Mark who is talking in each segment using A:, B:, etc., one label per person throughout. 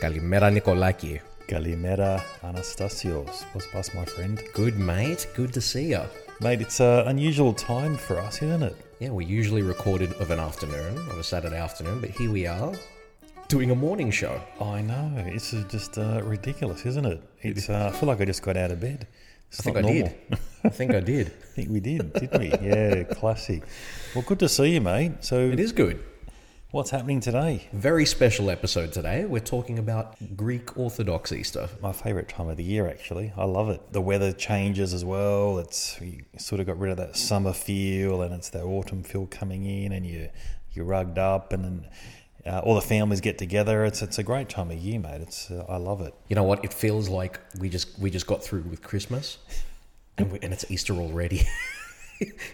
A: Kalimera Nikolaki.
B: Galimera Anastasios. What's bus, my friend?
A: Good mate, good to see ya.
B: Mate, it's an unusual time for us, isn't it?
A: Yeah, we usually recorded of an afternoon, of a Saturday afternoon, but here we are doing a morning show.
B: I know. It's uh, just uh, ridiculous, isn't it? It's. Uh, I feel like I just got out of bed. It's
A: I think
B: not
A: I
B: normal.
A: did. I think I did.
B: I think we did, didn't we? Yeah, classy. Well, good to see you, mate. So,
A: It is good.
B: what's happening today?
A: Very special episode today. We're talking about Greek Orthodoxy stuff.
B: My favourite time of the year, actually. I love it. The weather changes as well. It's you sort of got rid of that summer feel, and it's that autumn feel coming in, and you you're rugged up, and then uh, all the families get together. It's it's a great time of year, mate. It's uh, I love it.
A: You know what? It feels like we just we just got through with Christmas, and, we, and it's Easter already.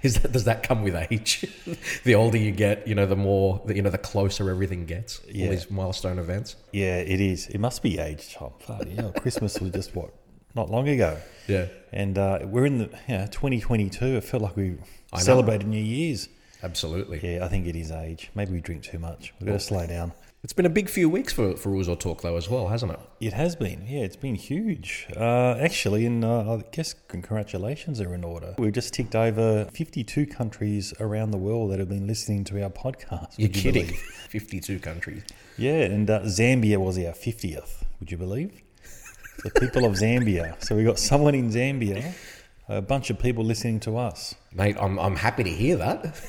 A: Is that, does that come with age? the older you get, you know, the more you know, the closer everything gets.
B: Yeah.
A: All these milestone events.
B: Yeah, it is. It must be age, Tom. Bloody hell, Christmas was just what not long ago,
A: Yeah,
B: and uh, we're in the you know, 2022. It felt like we
A: I know.
B: celebrated New Year's.
A: absolutely.
B: Yeah, I think it is age. Maybe we drink too much. We've got to slow down.
A: It's been a big few weeks for for Uzo Talk though, as well, hasn't it?
B: It has been, yeah, it's been huge. Uh, actually, and uh, I guess congratulations are in order. We've just ticked over 52 countries around the world that have been listening to our podcast.
A: You're
B: would you
A: kidding.
B: believe?
A: Fifty-two countries.
B: Yeah, and uh, Zambia was our 50th, would you believe? The people of Zambia. So we got someone in Zambia, a bunch of people listening to us.
A: Mate, I'm I'm happy to hear that.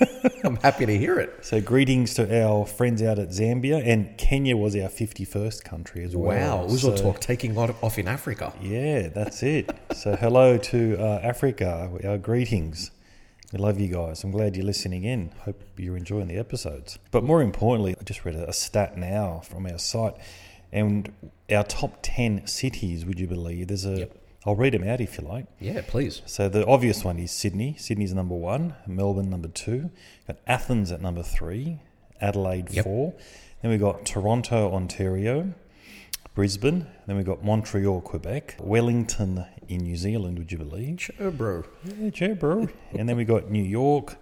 A: I'm happy to hear it.
B: So greetings to our friends out at Zambia, and Kenya was our 51st country as well.
A: Wow, Uzo
B: So-
A: Talk taking lot off in Africa.
B: Yeah, that's it. So, hello to uh, Africa. Our greetings. We love you guys. I'm glad you're listening in. Hope you're enjoying the episodes. But more importantly, I just read a, a stat now from our site, and our top ten cities. Would you believe? There's a.
A: Yep.
B: will read them out if you like.
A: Yeah, please.
B: So the obvious one is Sydney. Sydney's number one. Melbourne number two. Got Athens at number three. Adelaide
A: Yep.
B: four. Then we got Toronto, Ontario. Brisbane. Then we got Montreal, Quebec. Wellington in New Zealand. Would you believe?
A: Sure, bro.
B: Yeah, sure, bro. and then we got New York,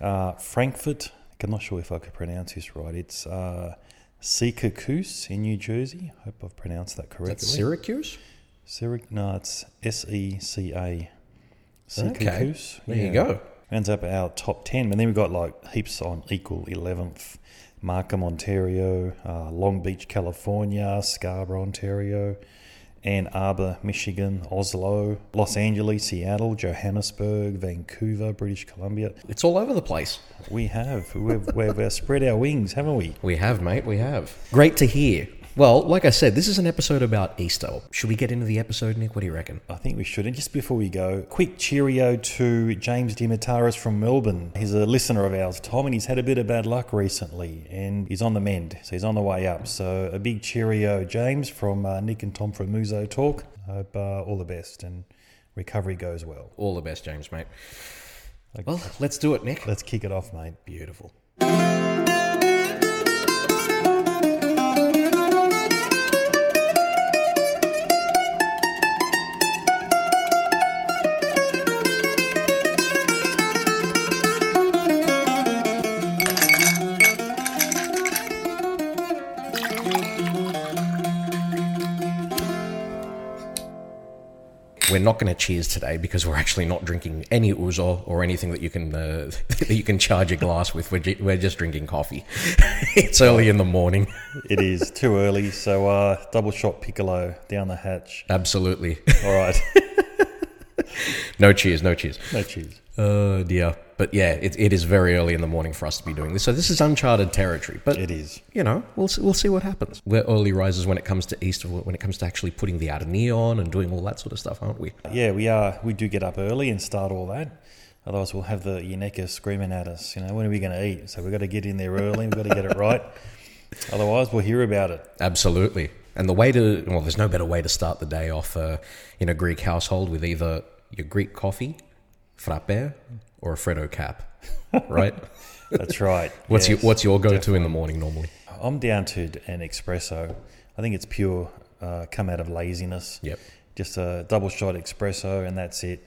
B: uh, Frankfurt. I'm not sure if I could pronounce this right. It's uh, Syracuse in New Jersey. Hope I've pronounced that correctly.
A: That's Syracuse.
B: Cyric, no, it's S E C A. Syracuse.
A: There you go.
B: Rounds up our top 10. And then we've got like heaps on equal 11th. Markham, Ontario, uh, Long Beach, California, Scarborough, Ontario, Ann Arbor, Michigan, Oslo, Los Angeles, Seattle, Johannesburg, Vancouver, British Columbia.
A: It's all over the place.
B: We have, we've, we've uh, spread our wings, haven't we?
A: We have, mate. We have. Great to hear. Well, like I said, this is an episode about Easter. Should we get into the episode, Nick? What do you reckon?
B: I think we should. And just before we go, quick cheerio to James Dimitaris from Melbourne. He's a listener of ours, Tom, and he's had a bit of bad luck recently and he's on the mend. So he's on the way up. So a big cheerio, James, from uh, Nick and Tom from Muzo Talk. I hope uh, all the best and recovery goes well.
A: All the best, James, mate. Well, let's do it, Nick.
B: Let's kick it off, mate.
A: Beautiful. We're not going to cheers today because we're actually not drinking any ouzo or anything that you can uh, that you can charge a glass with. We're, ju- we're just drinking coffee. it's early in the morning.
B: It is too early. So uh, double shot piccolo down the hatch.
A: Absolutely.
B: All right.
A: No cheers, no cheers.
B: no cheers.
A: Oh dear. But yeah, it, it is very early in the morning for us to be doing this. So this is uncharted territory. But
B: It is.
A: you know, we'll see, we'll see what happens. We're early risers when it comes to Easter, when it comes to actually putting the outer neon and doing all that sort of stuff, aren't we?
B: Yeah, we are. We do get up early and start all that. Otherwise, we'll have the Yuneka screaming at us. You know, when are we going to eat? So we've got to get in there early. We've got to get it right. Otherwise, we'll hear about it.
A: Absolutely. And the way to well, there's no better way to start the day off uh, in a Greek household with either your Greek coffee, frappe, or a Freddo cap, right?
B: That's right.
A: What's
B: Yes.
A: your What's your go-to in the morning normally?
B: I'm down to an espresso. I think it's pure uh, come out of laziness.
A: Yep.
B: Just a double shot espresso, and that's it.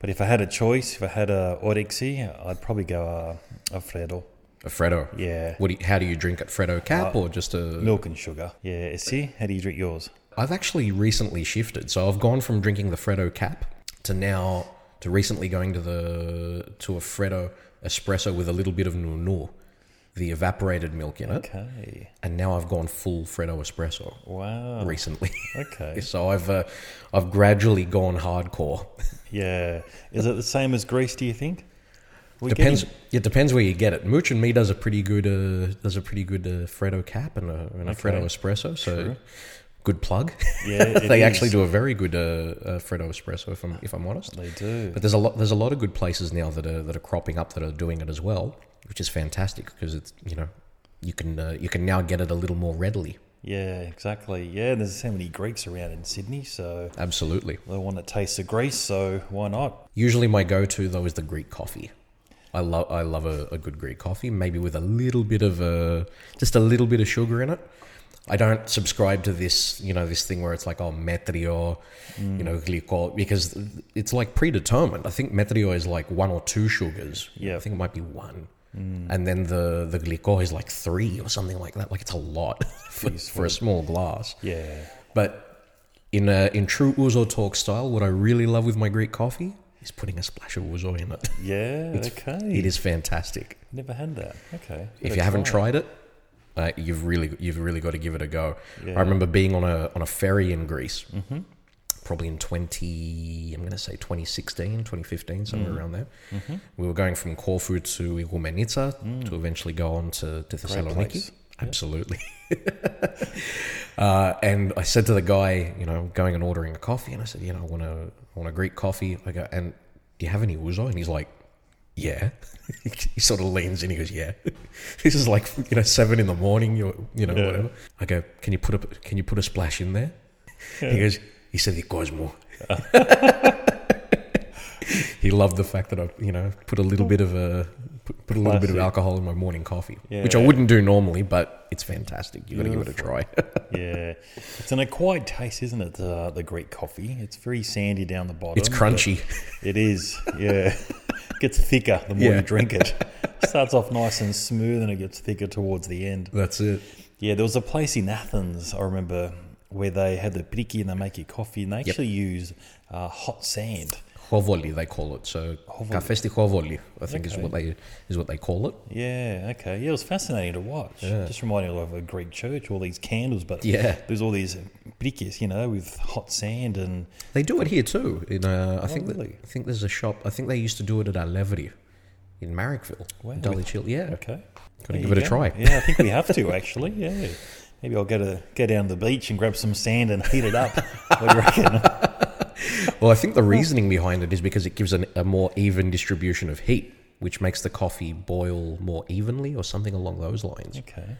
B: But if I had a choice, if I had a Orexi, I'd probably go a, a Freddo.
A: A Freddo.
B: Yeah. Uh,
A: What do you, how do you drink it? Freddo cap or just a
B: Milk and sugar. Yeah. See, how do you drink yours?
A: I've actually recently shifted. So I've gone from drinking the Freddo cap to now to recently going to the to a Freddo espresso with a little bit of Nunu, the evaporated milk in it.
B: Okay.
A: And now I've gone full Freddo espresso
B: Wow.
A: recently.
B: Okay.
A: so I've uh, I've gradually gone hardcore.
B: Yeah. Is it the same as Greece? Do you think? We
A: depends. It depends where you get it. Mooch and me does a pretty good uh, does a pretty good uh, Freddo cap and a, and a Freddo espresso. So good plug.
B: Getting, yeah. it
A: they actually
B: is.
A: do a very good uh, uh, Freddo espresso. If I'm if I'm honest.
B: They do.
A: But there's a lot there's a lot of good places now that are that are cropping up that are doing it as well, which is fantastic because it's you know you can uh, you can now get it a little more readily.
B: Yeah. Exactly. Yeah. There's so many Greeks around in Sydney, so
A: Absolutely.
B: they want to taste of Greece. So why not?
A: Usually my go-to though is the Greek coffee. I love I love a, a good Greek coffee, maybe with a little bit of a just a little bit of sugar in it. I don't subscribe to this, you know, this thing where it's like oh metrio, you know, glycol because it's like predetermined. I think metrio is like one or two sugars.
B: Yeah.
A: I think it might be one. And then the the glycol is like three or something like that. Like it's a lot for, for a small glass.
B: Yeah.
A: But in uh, in true ouzo talk style, what I really love with my Greek coffee is putting a splash of ouzo in it.
B: Yeah. okay.
A: It is fantastic.
B: Never had that. Okay.
A: If
B: Gotta
A: you haven't
B: try it.
A: tried it, uh, you've really you've really got to give it a go.
B: Yeah. Mm-hmm.
A: I remember being on a on a ferry in Greece, probably in twenty. I'm going to say 2016, 2015, somewhere
B: Mm.
A: around there.
B: Mm-hmm.
A: We were going from Corfu to Igoumenitsa to eventually go on to to Thessaloniki.
B: Mm. place.
A: Absolutely. uh, and I said to the guy, you know, going and ordering a coffee, and I said, you know, I want a I want a Greek coffee. I go, and do you have any ouzo? And he's like, yeah. he sort of leans in. He goes, yeah. this is like you know seven in the morning. You you know
B: Yeah.
A: whatever. I go, can you put a can you put a splash in there? He goes, he said the Cosmo. he loved the fact that I you know put a little bit of a put, put a little bit of
B: Classic.
A: alcohol in my morning coffee, which I
B: Yeah.
A: wouldn't do normally, but it's fantastic. You got to give it a try.
B: Yeah, it's an acquired taste, isn't it? The, the Greek coffee. It's very sandy down the bottom.
A: it's crunchy.
B: but It is. Yeah, gets thicker the more
A: Yeah.
B: you drink it. Starts off nice and smooth, and it gets thicker towards the end.
A: That's it.
B: Yeah, there was a place in Athens I remember where they had the piriki and they make you coffee, and they actually use uh, hot sand.
A: Hovoli they call it. So Cafesti Hovoli, I think is what they is what they call it.
B: Yeah, okay. Yeah, it was fascinating to watch. Just reminding me of a Greek church, all these candles, but
A: Yeah.
B: there's all these pirikis, you know, with hot sand and
A: They do it here too. In uh, I think that-
B: really?
A: I think there's a shop. I think they used to do it at Alevery in Marrickville,
B: Wow.
A: Dully Chill. Yeah,
B: okay.
A: gotta
B: There
A: give
B: you
A: it a
B: go.
A: try.
B: Yeah, I think we have to actually. Yeah, maybe I'll go to go down to the beach and grab some sand and heat it up. what do you reckon?
A: Well, I think the reasoning behind it is because it gives an, a more even distribution of heat, which makes the coffee boil more evenly, or something along those lines.
B: Okay,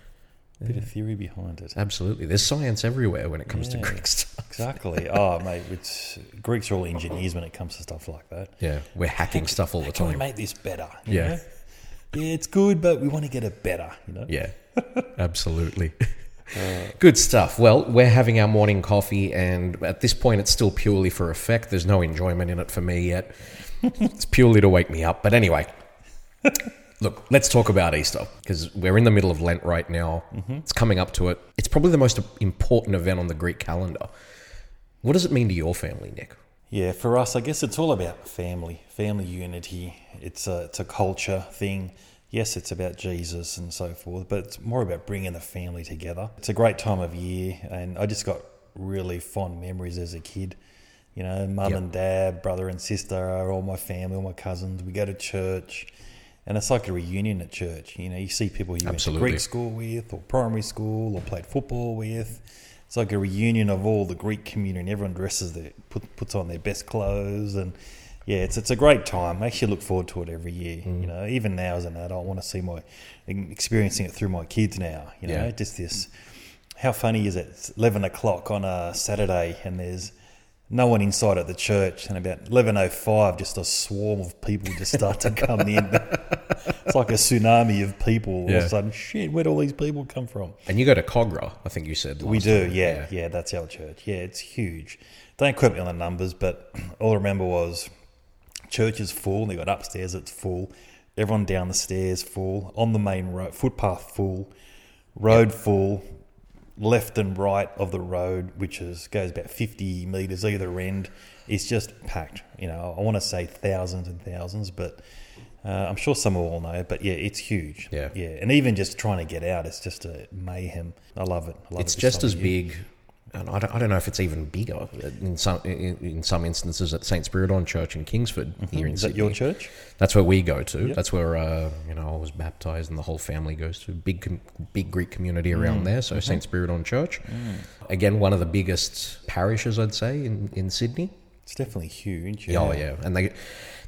B: bit of theory behind it.
A: Absolutely, there's science everywhere when it comes
B: Yeah.
A: to Greek stuff.
B: Exactly. Oh, mate, it's Greeks are all engineers when it comes to stuff like that.
A: Yeah, we're hacking stuff all the
B: Can we
A: time.
B: make this better? you
A: Yeah.
B: know? Yeah, it's good, but we want to get it better. You know.
A: Yeah, absolutely. Good stuff. Well, we're having our morning coffee, and at this point, it's still purely for effect. There's no enjoyment in it for me yet. it's purely to wake me up. But anyway, look, let's talk about Easter because we're in the middle of Lent right now. It's coming up to it. It's probably the most important event on the Greek calendar. What does it mean to your family, Nick?
B: Yeah, for us, I guess it's all about family, family unity. It's a it's a culture thing. Yes, it's about Jesus and so forth, but it's more about bringing the family together. It's a great time of year, and I just got really fond memories as a kid. You know, mum
A: Yep.
B: and dad, brother and sister, are all my family, all my cousins. We go to church, and it's like a reunion at church. You know, you see people you went to
A: Absolutely.
B: Greek school with, or primary school, or played football with. It's like a reunion of all the Greek community, and everyone dresses their put, puts on their best clothes, and yeah, it's it's a great time. I actually look forward to it every year. You know, even now as an adult, I want to see my e, experiencing it through my kids now. You know,
A: Yeah.
B: just this. How funny is it? It's eleven o'clock on a Saturday, and there's no one inside at the church, and about eleven oh five, just a swarm of people just start to come in. It's like a tsunami of people. All of
A: Yeah.
B: a sudden, shit, where'd all these people come from?
A: And you go to Cogra, I think you said.
B: We
A: last
B: do,
A: time.
B: yeah, yeah. That's our church. Yeah, it's huge. Don't quote me on the numbers, but all I remember was church is full. They got upstairs, it's full. Everyone down the stairs full, on the main road, footpath full, road full, left and right of the road, which is goes about 50 metres either end. It's just packed. You know, I want to say thousands and thousands, but uh, I'm sure some will all know. But yeah, it's huge.
A: Yeah.
B: Yeah. And even just trying to get out, it's just a mayhem. I love it. I love
A: it's
B: it this
A: just
B: time
A: as
B: of year.
A: big. And I don't, I don't know if it's even bigger in some in, in some instances at St Spiriton Church in Kingsford here in
B: Mm-hmm. Is that
A: Sydney.
B: your church?
A: That's where we go to.
B: Yep.
A: That's where uh, you know I was baptized, and the whole family goes to big com- big Greek
B: Mm.
A: community around there.
B: Mm-hmm.
A: So Saint Spiriton Church, again one of the biggest parishes I'd say in in Sydney.
B: It's definitely huge.
A: Oh yeah, and they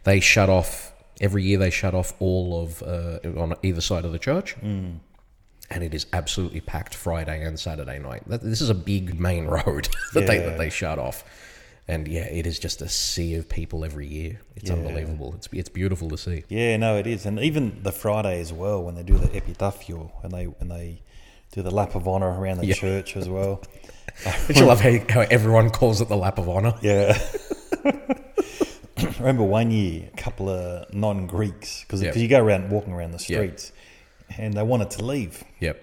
A: they shut off every year. They shut off all of uh, on either side of the church.
B: Hmm.
A: And it is absolutely packed Friday and Saturday night. That- This is a big main road that they
B: Yeah.
A: that they shut off, and yeah, it is just a sea of people every year. It's
B: Yeah.
A: unbelievable. It's it's beautiful to see.
B: Yeah, no, it is, and even the Friday as well when they do the epitaphial and they and they do the lap of honor around the
A: Yeah.
B: church as well.
A: Don't you love how, how everyone calls it the lap of honor?
B: Yeah. I remember one year, a couple of non-Greeks because
A: Yeah.
B: you go around walking around the
A: Yeah.
B: streets, and they wanted to leave,
A: Yep.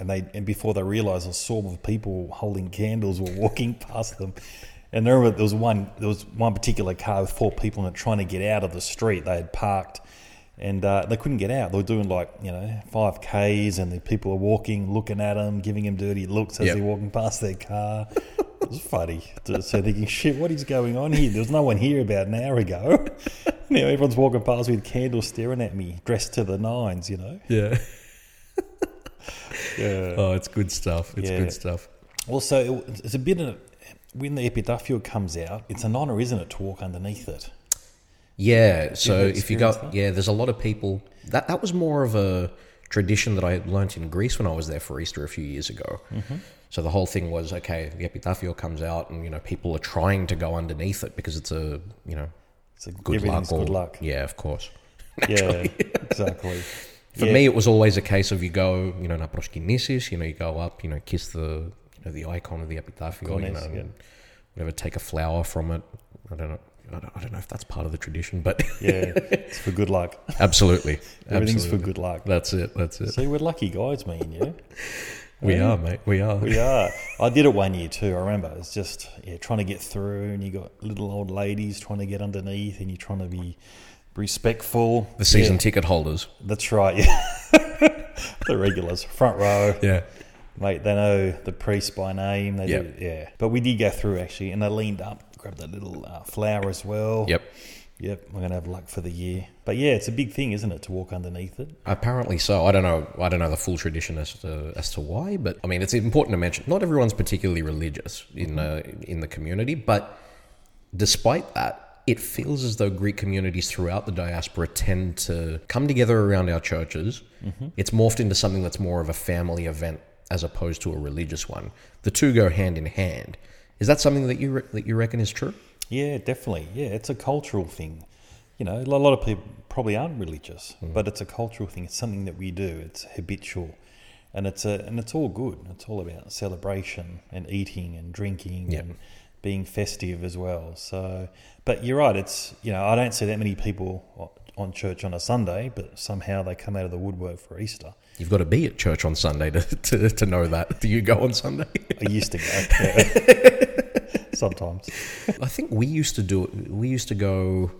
B: and they and before they realised a swarm of people holding candles were walking past them. And I remember there was one there was one particular car with four people in it trying to get out of the street they had parked, and uh, they couldn't get out. They were doing like you know five k's, and the people are walking, looking at them, giving them dirty looks as
A: Yep.
B: they're walking past their car. it was funny. So thinking, shit, what is going on here? There was no one here about an hour ago. now everyone's walking past with candles staring at me, dressed to the nines. You know.
A: Yeah.
B: Yeah.
A: Oh, it's good stuff. It's
B: Yeah.
A: good stuff.
B: Also, it- it's a bit of when the epitaphial comes out, it's an honour, isn't it, to walk underneath it?
A: Yeah. So
B: you
A: if you go,
B: experience that?
A: yeah, there's a lot of people. That that was more of a tradition that I learnt in Greece when I was there for Easter a few years ago.
B: Mm-hmm.
A: So the whole thing was okay. The epitaphio comes out, and you know people are trying to go underneath it because it's a you know
B: It's a
A: good
B: everything's
A: luck. Or,
B: good luck.
A: Yeah, of course.
B: Yeah, exactly.
A: For
B: Yeah.
A: me, it was always a case of you go, you know, na proskinesis, you know, you go up, you know, kiss the, you know, the icon of the epitaphio, you
B: Cornice,
A: know,
B: yeah.
A: and whatever, take a flower from it. I don't know. I don't, I don't know if that's part of the tradition, but
B: Yeah, it's for good luck.
A: absolutely,
B: Everything's
A: absolutely.
B: for good luck.
A: That's it. That's it.
B: See, we're lucky guys, me and you.
A: We
B: Yeah.
A: are, mate. We are.
B: We are. I did it one year too. I remember. It's just yeah, trying to get through, and you got little old ladies trying to get underneath, and you're trying to be respectful.
A: the season
B: Yeah,
A: ticket holders.
B: that's right. Yeah, the regulars, front row.
A: Yeah.
B: Mate, they know the priest by name. They
A: Yeah.
B: do, yeah. But we did go through actually, and I leaned up, grabbed that little uh, flower as well.
A: Yep.
B: Yep. We're gonna have luck for the year. But yeah, it's a big thing, isn't it, to walk underneath it?
A: Apparently so. I don't know. I don't know the full tradition as to as to why, but I mean, it's important to mention. Not everyone's particularly religious in uh, in the community, but despite that, it feels as though Greek communities throughout the diaspora tend to come together around our churches. It's morphed into something that's more of a family event as opposed to a religious one. The two go hand in hand. Is that something that you re- that you reckon is true?
B: Yeah, definitely. Yeah, it's a cultural thing. You know, a lot of people probably aren't religious, but it's a cultural thing. It's something that we do. It's habitual, and it's a and it's all good. It's all about celebration and eating and drinking
A: Yep.
B: and being festive as well. So, but you're right. It's you know I don't see that many people o- on church on a Sunday, but somehow they come out of the woodwork for Easter.
A: You've got to be at church on Sunday to, to, to know that. Do you go on Sunday?
B: I used to go sometimes.
A: I think we used to do it. We used to go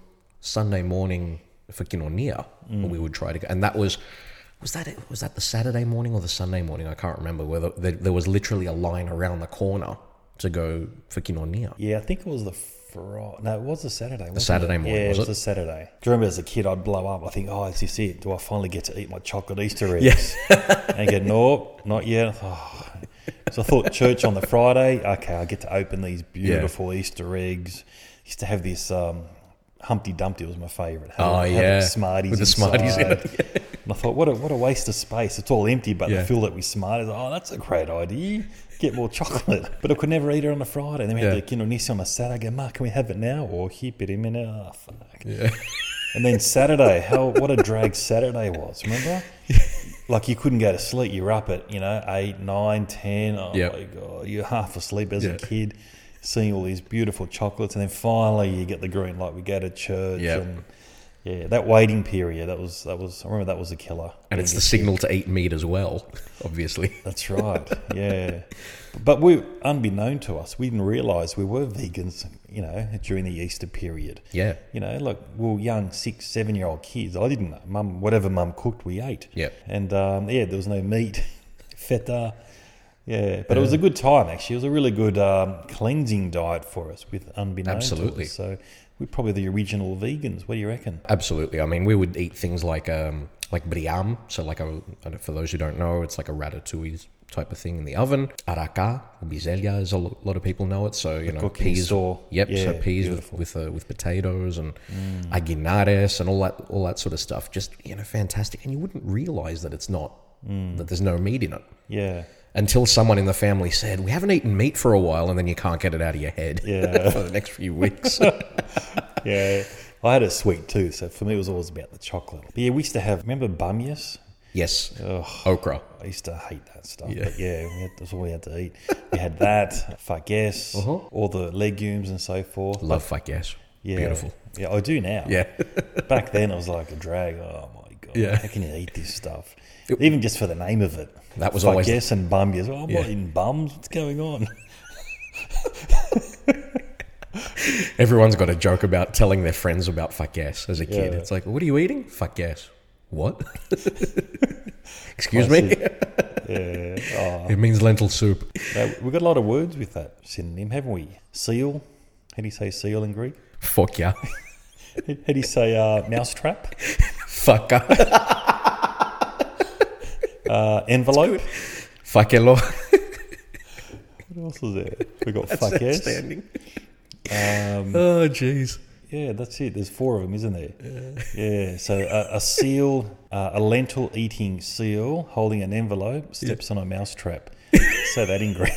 A: Sunday morning for Kinonia. and We would try to go, and that was was that it? was that the Saturday morning or the Sunday morning? I can't remember whether there, there was literally a line around the corner to go for Kinonia.
B: Yeah, I think it was the Friday. No, it was the Saturday. wasn't
A: Saturday
B: it?
A: morning,
B: Yeah,
A: was
B: it was
A: it?
B: the Saturday. Do you remember as a kid, I'd blow up. I think, oh, is this it? Do I finally get to eat my chocolate Easter eggs? and you go, no, not yet. Oh. So I thought church on the Friday. Okay, I get to open these beautiful Easter eggs. Used to have this um, Humpty Dumpty was my favourite. Had-
A: Oh,
B: had
A: yeah.
B: Smarties
A: With the Smarties in
B: inside.
A: it,
B: And I thought, what a what a waste of space. It's all empty, but
A: Yeah.
B: they fill it with Smarties. Oh, that's a great idea. Get more chocolate. But I could never eat it on a Friday. And then we had
A: Yeah.
B: the Kinonisi on a Saturday. I go, Ma, can we have it now? Or hip it him in Oh, fuck.
A: Yeah.
B: And then Saturday, how what a drag Saturday was, remember? Like you couldn't go to sleep. You're up at, you know, eight, nine, ten. Oh
A: Yep.
B: my god, you're half asleep as
A: Yeah.
B: a kid, seeing all these beautiful chocolates, and then finally you get the green light. We go to church
A: Yep.
B: and Yeah, that waiting period, that was that was I remember that was a killer.
A: And it's the signal to eat meat as well, obviously.
B: That's right. Yeah. but we unbeknown to us, we didn't realise we were vegans, you know, during the Easter period.
A: Yeah.
B: You know, like we were young six, seven year old kids. I didn't know. Mum whatever mum cooked, we ate.
A: Yeah.
B: And um, yeah, there was no meat, feta. Yeah, but it was a good time actually. It was a really good um, cleansing diet for us, with unbeknown
A: Absolutely.
B: To us. So we're probably the original vegans. What do you reckon?
A: Absolutely. I mean, we would eat things like um, like briam. So, like, a, I don't- for those who don't know, it's like a ratatouille type of thing in the oven. Araka, bizelia, as a lo- lot of people know it. So, you know,
B: Cooking
A: peas.
B: store.
A: Yep.
B: Yeah,
A: so peas with
B: beautiful. Mm.
A: with, uh, with potatoes and aguinares and all that all that sort of stuff. Just you know, fantastic. And you wouldn't realize that it's not
B: Mm.
A: that there's no meat in it
B: Yeah.
A: until someone in the family said, "We haven't eaten meat for a while," and then you can't get it out of your head
B: Yeah.
A: for the next few weeks.
B: yeah. I had a sweet tooth, so for me it was always about the chocolate. But yeah, we used to have, remember Bumyus?
A: yes,
B: Ugh.
A: okra.
B: I used to hate that stuff.
A: Yeah.
B: But yeah, we had, that's all we had to eat. We had that, fargues, all the legumes and so forth.
A: Uh-huh. Love fuck yes.
B: Yeah.
A: Beautiful.
B: Yeah, I do now.
A: Yeah.
B: Back then it was like a drag. Oh my God.
A: Yeah.
B: How can you eat this stuff? Even just for the name of it.
A: That was
B: Fargues
A: always-
B: and Bumyus. Oh, I'm
A: Yeah.
B: not eating bums. What's going on?
A: Everyone's got a joke about telling their friends about fuck yes as a kid.
B: Yeah.
A: It's like, what are you eating? Fuck yes. What? Excuse me?
B: Yeah. Oh,
A: It means lentil soup.
B: no, we've got a lot of words with that synonym, haven't we? Seal. How do you say seal in Greek?
A: Fuck yeah.
B: How do you say uh, mousetrap?
A: Fucker.
B: Uh, envelope?
A: Fuckelo.
B: What else is there? We got fuck yes.
A: Outstanding.
B: Um,
A: Oh, jeez.
B: yeah, that's it. There's four of them, isn't there? Yeah. So a, a seal, uh, a lentil eating seal holding an envelope steps on a mousetrap. Say that in Greek.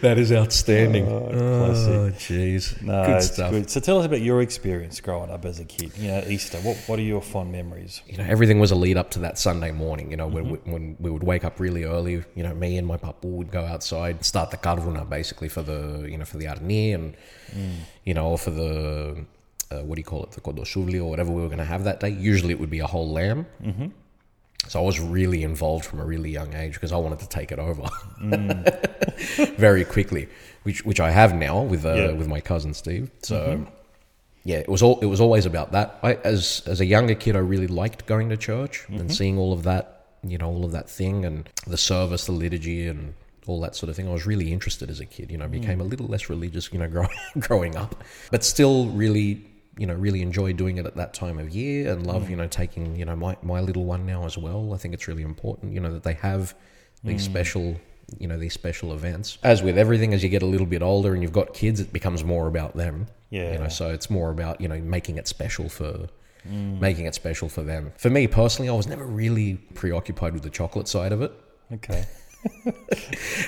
A: That is outstanding.
B: Oh,
A: Oh,
B: classic.
A: jeez.
B: No,
A: good
B: it's
A: stuff.
B: good. So tell us about your experience growing up as a kid. You know, Easter. What What are your fond memories?
A: you know, everything was a lead up to that Sunday morning. You know, when, when we would wake up really early, you know, me and my papu would go outside, start the karvuna basically for the, you know, for the arni and, you know, for the, uh, what do you call it, the kodoshuli or whatever we were going to have that day. Usually it would be a whole lamb. Mm-hmm. So I was really involved from a really young age because I wanted to take it over very quickly, which which I have now with uh,
B: Yeah.
A: with my cousin Steve. So yeah, it was all it was always about that. I as as a younger kid, I really liked going to church and seeing all of that, you know, all of that thing and the service, the liturgy, and all that sort of thing. I was really interested as a kid. You know, I became a little less religious, you know, grow, growing up, but still really. You know, really enjoy doing it at that time of year, and love you know taking you know my my little one now as well. I think it's really important you know that they have these special you know these special events. As with everything, as you get a little bit older and you've got kids, it becomes more about them. you know,
B: Yeah.
A: so it's more about you know making it special for making it special for them. For me personally, I was never really preoccupied with the chocolate side of it,
B: Okay.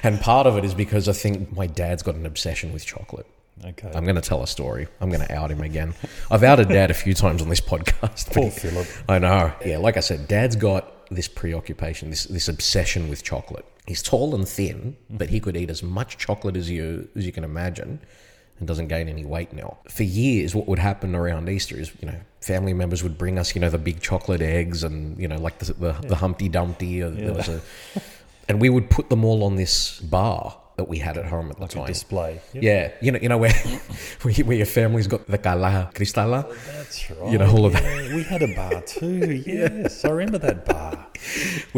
A: and part of it is because I think my dad's got an obsession with chocolate.
B: Okay.
A: I'm going to tell a story. I'm going to out him again. I've outed dad a few times on this podcast.
B: Poor
A: but-
B: Philip.
A: I know. Yeah, like I said, dad's got this preoccupation, this this obsession with chocolate. He's tall and thin, but he could eat as much chocolate as you as you can imagine and doesn't gain any weight now. For years what would happen around Easter is, you know, family members would bring us, you know, the big chocolate eggs and, you know, like the the, the Humpty Dumpty or there was a and we would put them all on this bar that we had at home at the time.
B: Display.
A: yeah, you know, you know where, where where your family's got the cala cristala.
B: That's right.
A: know, all of
B: yeah. We had a bar too. Yes, I remember that bar.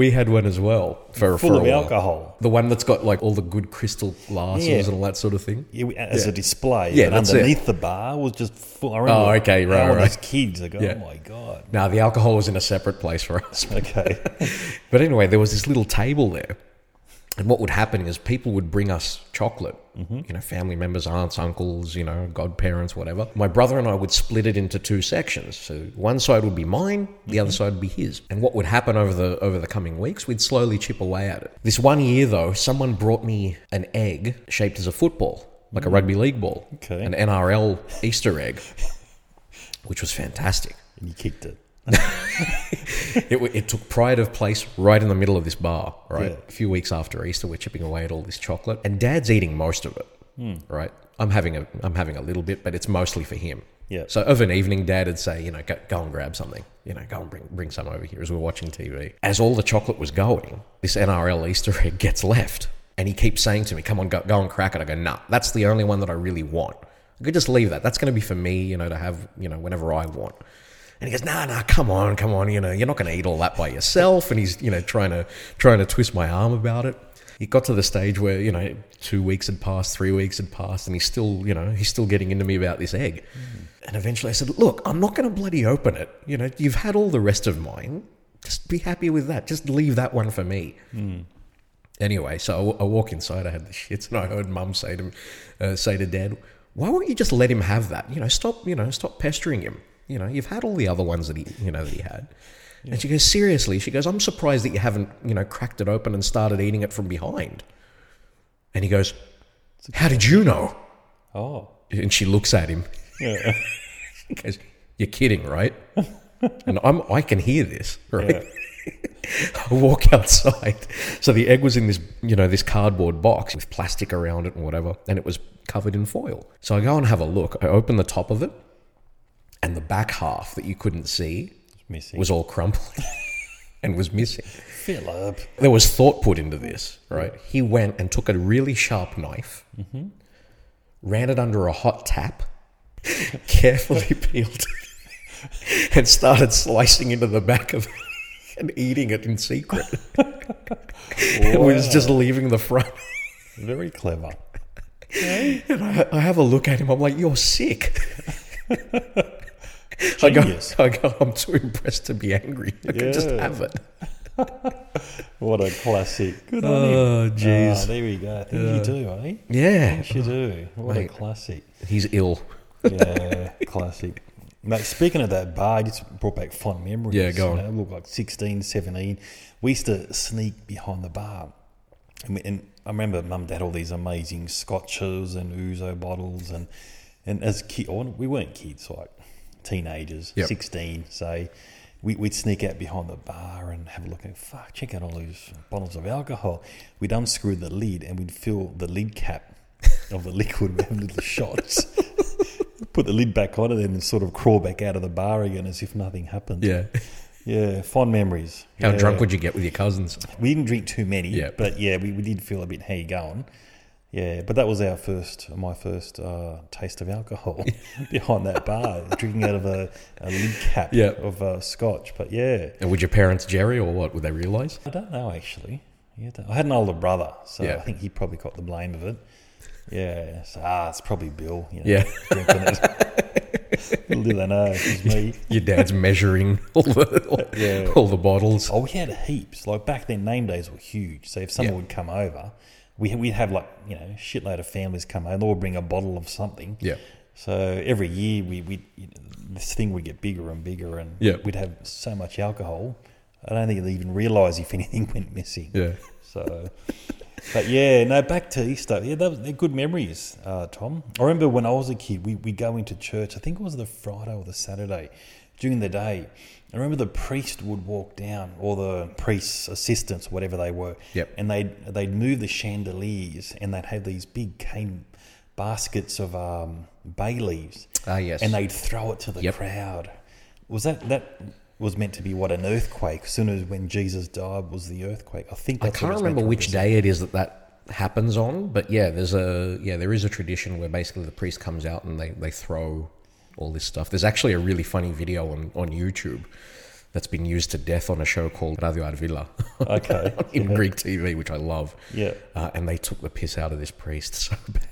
A: We had one as well for
B: Full
A: for a
B: of
A: while.
B: alcohol.
A: The one that's got like all the good crystal glasses
B: Yeah.
A: and all that sort of thing.
B: Yeah, we- as
A: Yeah.
B: a display.
A: Yeah,
B: but
A: that's it.
B: underneath the bar was just full. I remember
A: Oh, okay, right,
B: all
A: right.
B: those kids. I go,
A: Yeah.
B: oh my god.
A: Now the alcohol was in a separate place for us.
B: Okay.
A: But anyway, there was this little table there. And what would happen is people would bring us chocolate, you know, family members, aunts, uncles, you know, godparents, whatever. My brother and I would split it into two sections. So one side would be mine, the other side would be his. And what would happen over the over the coming weeks, we'd slowly chip away at it. This one year though, someone brought me an egg shaped as a football, like a rugby league ball,
B: Okay.
A: an NRL Easter egg, which was fantastic.
B: and you kicked it.
A: It, w- it took pride of place right in the middle of this bar, right?
B: Yeah.
A: A few weeks after Easter, we're chipping away at all this chocolate, and Dad's eating most of it, right? I'm having a I'm having a little bit, but it's mostly for him.
B: Yeah.
A: So of an evening, Dad'd say, you know, go, go and grab something. You know, go and bring bring some over here as we're watching TV. As all the chocolate was going, this NRL Easter egg gets left, and he keeps saying to me, "Come on, go, go and crack it." I go, "Nah, that's the only one that I really want. I could just leave that. That's going to be for me, you know, to have, you know, whenever I want." And he goes, "Nah, nah, come on, come on. You know, you're not going to eat all that by yourself." And he's, you know, trying to trying to twist my arm about it it got to the stage where you know two weeks had passed three weeks had passed and he's still you know he's still getting into me about this egg and eventually i said look i'm not going to bloody open it you know you've had all the rest of mine just be happy with that just leave that one for me anyway so I wa- I walk inside i had the shits and i heard mum say to uh, say to dad why won't you just let him have that you know stop you know stop pestering him you know you've had all the other ones that he you know that he had and she goes seriously she goes i'm surprised that you haven't you know cracked it open and started eating it from behind and he goes how did you know
B: Oh.
A: and she looks at him
B: Yeah.
A: she goes you're kidding right and i'm i can hear this right
B: yeah.
A: I walk outside. So the egg was in this, you know, this cardboard box with plastic around it and whatever, and it was covered in foil. So I go and have a look. I open the top of it, and the back half that you couldn't see
B: Missing.
A: was all crumpled and was missing.
B: Philip.
A: There was thought put into this, right? He went and took a really sharp knife, ran it under a hot tap, carefully peeled it, and started slicing into the back of it and eating it in secret. It was just leaving the front.
B: Very clever.
A: And I, I have a look at him. I'm like, you're sick. I go,
B: Genius.
A: I go, I'm too impressed to be angry. I could just
B: Yeah.
A: have it.
B: What a classic. Good on you.
A: Oh,
B: Ah,
A: jeez.
B: there we go. I think you do, eh?
A: Yeah.
B: Yes, you do. What
A: Mate.
B: a classic.
A: He's ill.
B: Yeah, classic. Mate, speaking of that bar, it's brought back fond memories.
A: Yeah, go
B: You know, look, like 16, 17. We used to sneak behind the bar. And, we, and I remember mum and dad all these amazing scotches and ouzo bottles. And, and as kids, we weren't kids, like teenagers,
A: Yep.
B: 16, say. We, we'd sneak out behind the bar and have a look and fuck, check out all these bottles of alcohol. We'd unscrew the lid and we'd fill the lid cap of the liquid with little shots put the lid back on and then sort of crawl back out of the bar again as if nothing happened.
A: Yeah.
B: Yeah, fond memories.
A: How
B: yeah.
A: drunk would you get with your cousins?
B: we didn't drink too many,
A: Yeah.
B: but yeah, we, we did feel a bit how you going. Yeah, but that was our first, my first uh, taste of alcohol behind that bar, drinking out of a, a lid cap
A: Yeah.
B: of uh, scotch. But yeah,
A: And would your parents Jerry or what? Would they realise?
B: I don't know actually. Yeah, I don't- I had an older brother, so
A: Yeah.
B: I think he probably got the blame of it. Yeah, so, ah, it's probably Bill. You know,
A: Yeah.
B: drinking it. Little did they know it was me.
A: Your dad's measuring all the all,
B: Yeah.
A: all the bottles.
B: Oh, we had heaps. Like back then, name days were huge. So if someone
A: Yeah.
B: would come over, we we'd have like you know shitload of families come over. They'll bring a bottle of something.
A: Yeah.
B: So every year we we this thing would get bigger and bigger, and
A: Yeah.
B: we'd have so much alcohol. I don't think they'd even realise if anything went missing.
A: Yeah.
B: So, but yeah, no, back to Easter. Yeah, that was, they're good memories, uh, Tom. I remember when I was a kid, we we go into church. I think it was the Friday or the Saturday during the day. I remember the priest would walk down, or the priest's assistants, whatever they were.
A: Yep.
B: And they'd they'd move the chandeliers, and they'd have these big cane baskets of um, bay leaves,
A: Ah, yes.
B: and they'd throw it to the
A: Yep.
B: crowd. Was that that? Was meant to be what an earthquake. As soon as when Jesus died, was the earthquake. I think
A: I
B: that's what
A: can't
B: it's meant
A: remember
B: to
A: which
B: represent.
A: day it is that that happens on, but yeah, there's a yeah there is a tradition where basically the priest comes out and they they throw all this stuff. There's actually a really funny video on on YouTube that's been used to death on a show called Radio Arvilla
B: Okay.
A: in Greek TV, which I love.
B: Yeah.
A: Uh, and they took the piss out of this priest so bad.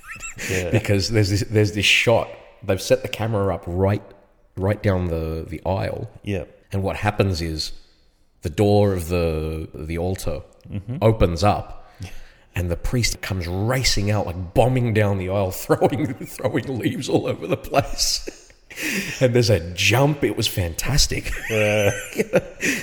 B: Yeah.
A: because there's this there's this shot. They've set the camera up right right down the the aisle,
B: Yeah.
A: and what happens is the door of the the altar
B: Mm-hmm.
A: opens up, and the priest comes racing out like bombing down the aisle, throwing throwing leaves all over the place. And there's a jump. It was fantastic.
B: Yeah.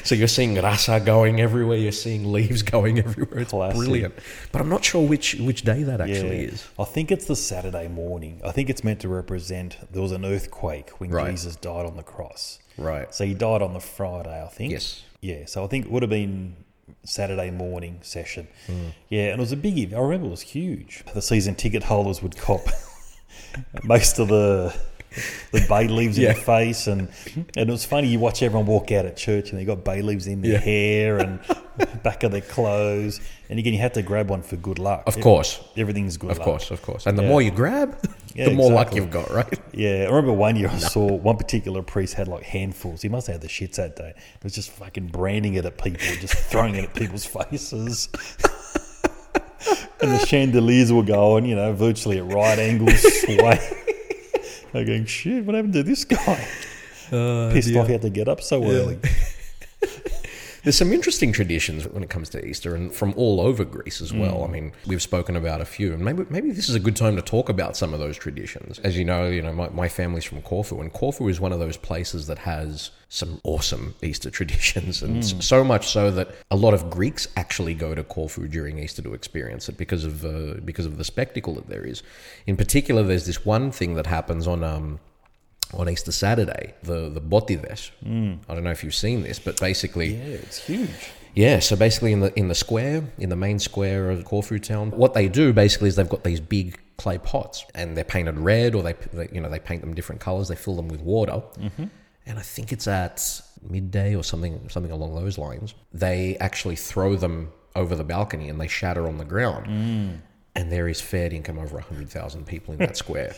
A: So you're seeing rasa going everywhere. You're seeing leaves going everywhere. It's
B: Classic.
A: brilliant. But I'm not sure which which day that actually is.
B: I think it's the Saturday morning. I think it's meant to represent there was an earthquake when
A: Right.
B: Jesus died on the cross.
A: Right.
B: So he died on the Friday, I think.
A: Yes.
B: Yeah. So I think it would have been Saturday morning
A: Hmm.
B: session. Yeah. And it was a big, ev- I remember it was huge. The season ticket holders would cop most of the the bay leaves in
A: Yeah.
B: their face, and and it was funny. You watch everyone walk out at church, and they got bay leaves in their
A: Yeah.
B: hair and back of their clothes. And again, you had to grab one for good luck.
A: Of course.
B: everything's good.
A: Of
B: luck.
A: course, of course. And the
B: Yeah.
A: more you grab,
B: Yeah,
A: the more
B: exactly.
A: luck you've got, right?
B: Yeah, I remember one year I saw one particular priest had like handfuls. He must have had the shits that day. It was just fucking branding it at people, just throwing it at people's faces. and the chandeliers were going, you know, virtually at right angles, sway. I'm going, shit, what happened to this guy?
A: Uh,
B: Pissed off he had to get up so early.
A: There's some interesting traditions when it comes to Easter, and from all over Greece as well. I mean, we've spoken about a few, and maybe maybe this is a good time to talk about some of those traditions. As you know, you know my, my family's from Corfu, and Corfu is one of those places that has some awesome Easter traditions, and s- so much so that a lot of Greeks actually go to Corfu during Easter to experience it because of uh, because of the spectacle that there is. In particular, there's this one thing that happens on. Um, on Easter Saturday, the the Botides. Mm. I don't know if you've seen this, but basically,
B: Yeah, it's huge.
A: yeah, so basically in the in the square, in the main square of Corfu town, what they do basically is they've got these big clay pots and they're painted red or they, they you know they paint them different colors, they fill them with water. Mm-hmm. And I think it's at midday or something something along those lines. They actually throw them over the balcony and they shatter on the ground. And there is fair income over 100,000 people in that square.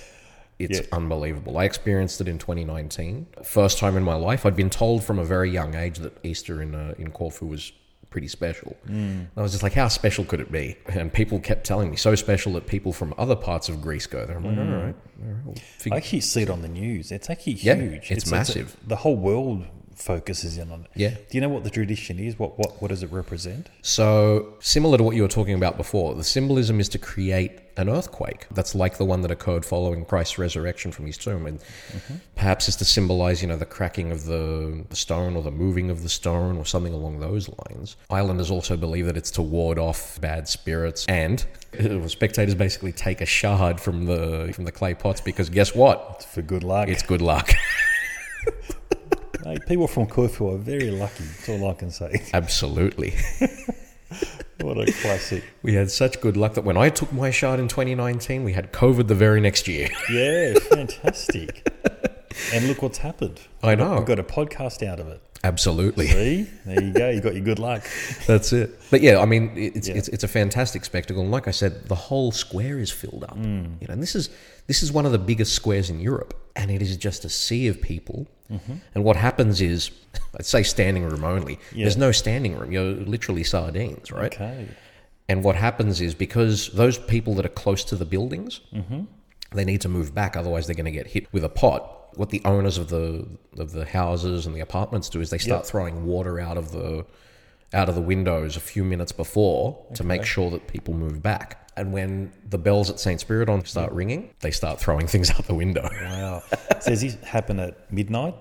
A: It's
B: Yeah.
A: unbelievable. I experienced it in 2019. First time in my life. I'd been told from a very young age that Easter in, uh, in Corfu was pretty special. And I was just like, how special could it be? And people kept telling me, so special that people from other parts of Greece go there. I'm like, all right, all right. We'll
B: I
A: figure-
B: actually see it on the news. It's actually huge.
A: Yeah, it's massive.
B: the whole world focuses in on it.
A: Yeah.
B: Do you know what the tradition is? What what what does it represent?
A: So, similar to what you were talking about before, the symbolism is to create an earthquake that's like the one that occurred following Christ's resurrection from his tomb. And perhaps it's to symbolize, you know, the cracking of the, the stone or the moving of the stone or something along those lines. Islanders also believe that it's to ward off bad spirits and spectators basically take a shard from the from the clay pots because guess what?
B: It's for good luck.
A: It's good luck.
B: Mate, people from Corfu are very lucky. That's all I can say.
A: Absolutely.
B: What a classic.
A: We had such good luck that when I took my shard in 2019, we had COVID the very next year.
B: Yeah, fantastic. And look what's happened.
A: I know.
B: We've got a podcast out of it.
A: Absolutely.
B: See? There you go. You got your good luck.
A: That's it. But yeah, I mean, it- it's
B: Yeah.
A: it's it's a fantastic spectacle. And like I said, the whole square is filled up. You know, and this is this is one of the biggest squares in Europe, and it is just a sea of people. And what happens is, I'd say standing room only. There's no standing room. You're literally sardines, right?
B: Okay.
A: And what happens is because those people that are close to the buildings, they need to move back, otherwise they're going to get hit with a pot. What the owners of the of the houses and the apartments do is they start throwing water out of the out of the windows a few minutes before to make sure that people move back. And when the bells at St. Spiridon start ringing, they start throwing things out the window.
B: Wow. So does this happen at midnight?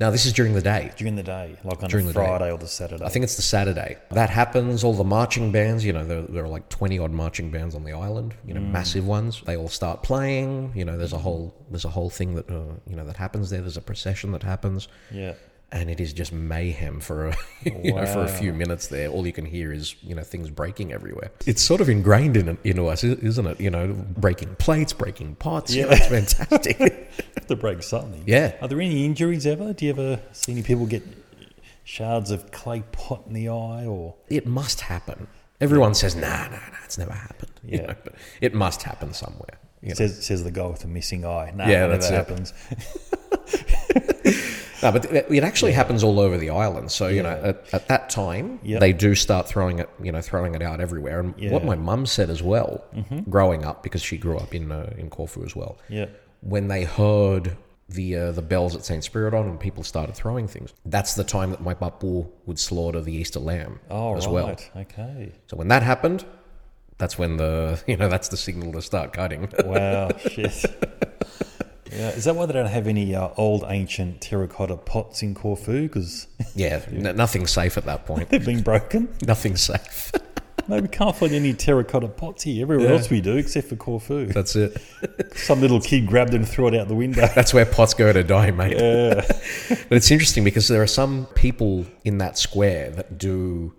A: Now this is during the day.
B: During the day? Like on
A: During
B: a
A: the day.
B: Friday or the Saturday?
A: I think it's the Saturday. That happens. All the marching bands, you know, there, there are like 20 odd marching bands on the island, you know, massive ones. They all start playing. You know, there's a whole, there's a whole thing that, uh, you know, that happens there. There's a procession that happens.
B: Yeah.
A: And it is just mayhem for a, you know, for a few minutes there. All you can hear is, you know, things breaking everywhere. It's sort of ingrained in, into us, i- isn't it? You know, breaking plates, breaking pots. Yeah.
B: Yeah.
A: it's fantastic.
B: Have to break something.
A: yeah.
B: Are there any injuries ever? Do you ever see any people get shards of clay pot in the eye or.
A: It must happen. Everyone says, nah, nah, nah, it's never happened. You
B: Yeah.
A: know, but it must happen somewhere. you know.
B: Says, says the guy with the missing eye. No,
A: Yeah,
B: that
A: that's
B: never
A: it.
B: happens.
A: No, but th- it actually happens all over the island. So you know, at, at that time,
B: Yep.
A: they do start throwing it, you know, throwing it out everywhere. And what
B: Yeah. Mm-hmm.
A: my mum said as well, growing up, because she grew up in uh, in Corfu as well,
B: Yeah.
A: when they heard the uh, the bells at Saint Spiridon and people started throwing things, that's the time that my papu would slaughter the Easter lamb
B: Oh,
A: as
B: right.
A: well.
B: Okay.
A: So when that happened, that's when the you know that's the signal to start cutting.
B: Wow, shit. Yeah, is that why they don't have any uh, old ancient terracotta pots in Corfu? Because
A: yeah, n- nothing's safe at that point.
B: they've been broken.
A: nothing's safe.
B: No, we can't find any terracotta pots here. Everywhere
A: Yeah.
B: else we do, except for Corfu.
A: That's it.
B: Some little kid grabbed it and threw it out the window.
A: That's where pots go to die, mate.
B: Yeah.
A: But it's interesting because there are some people in that square that do.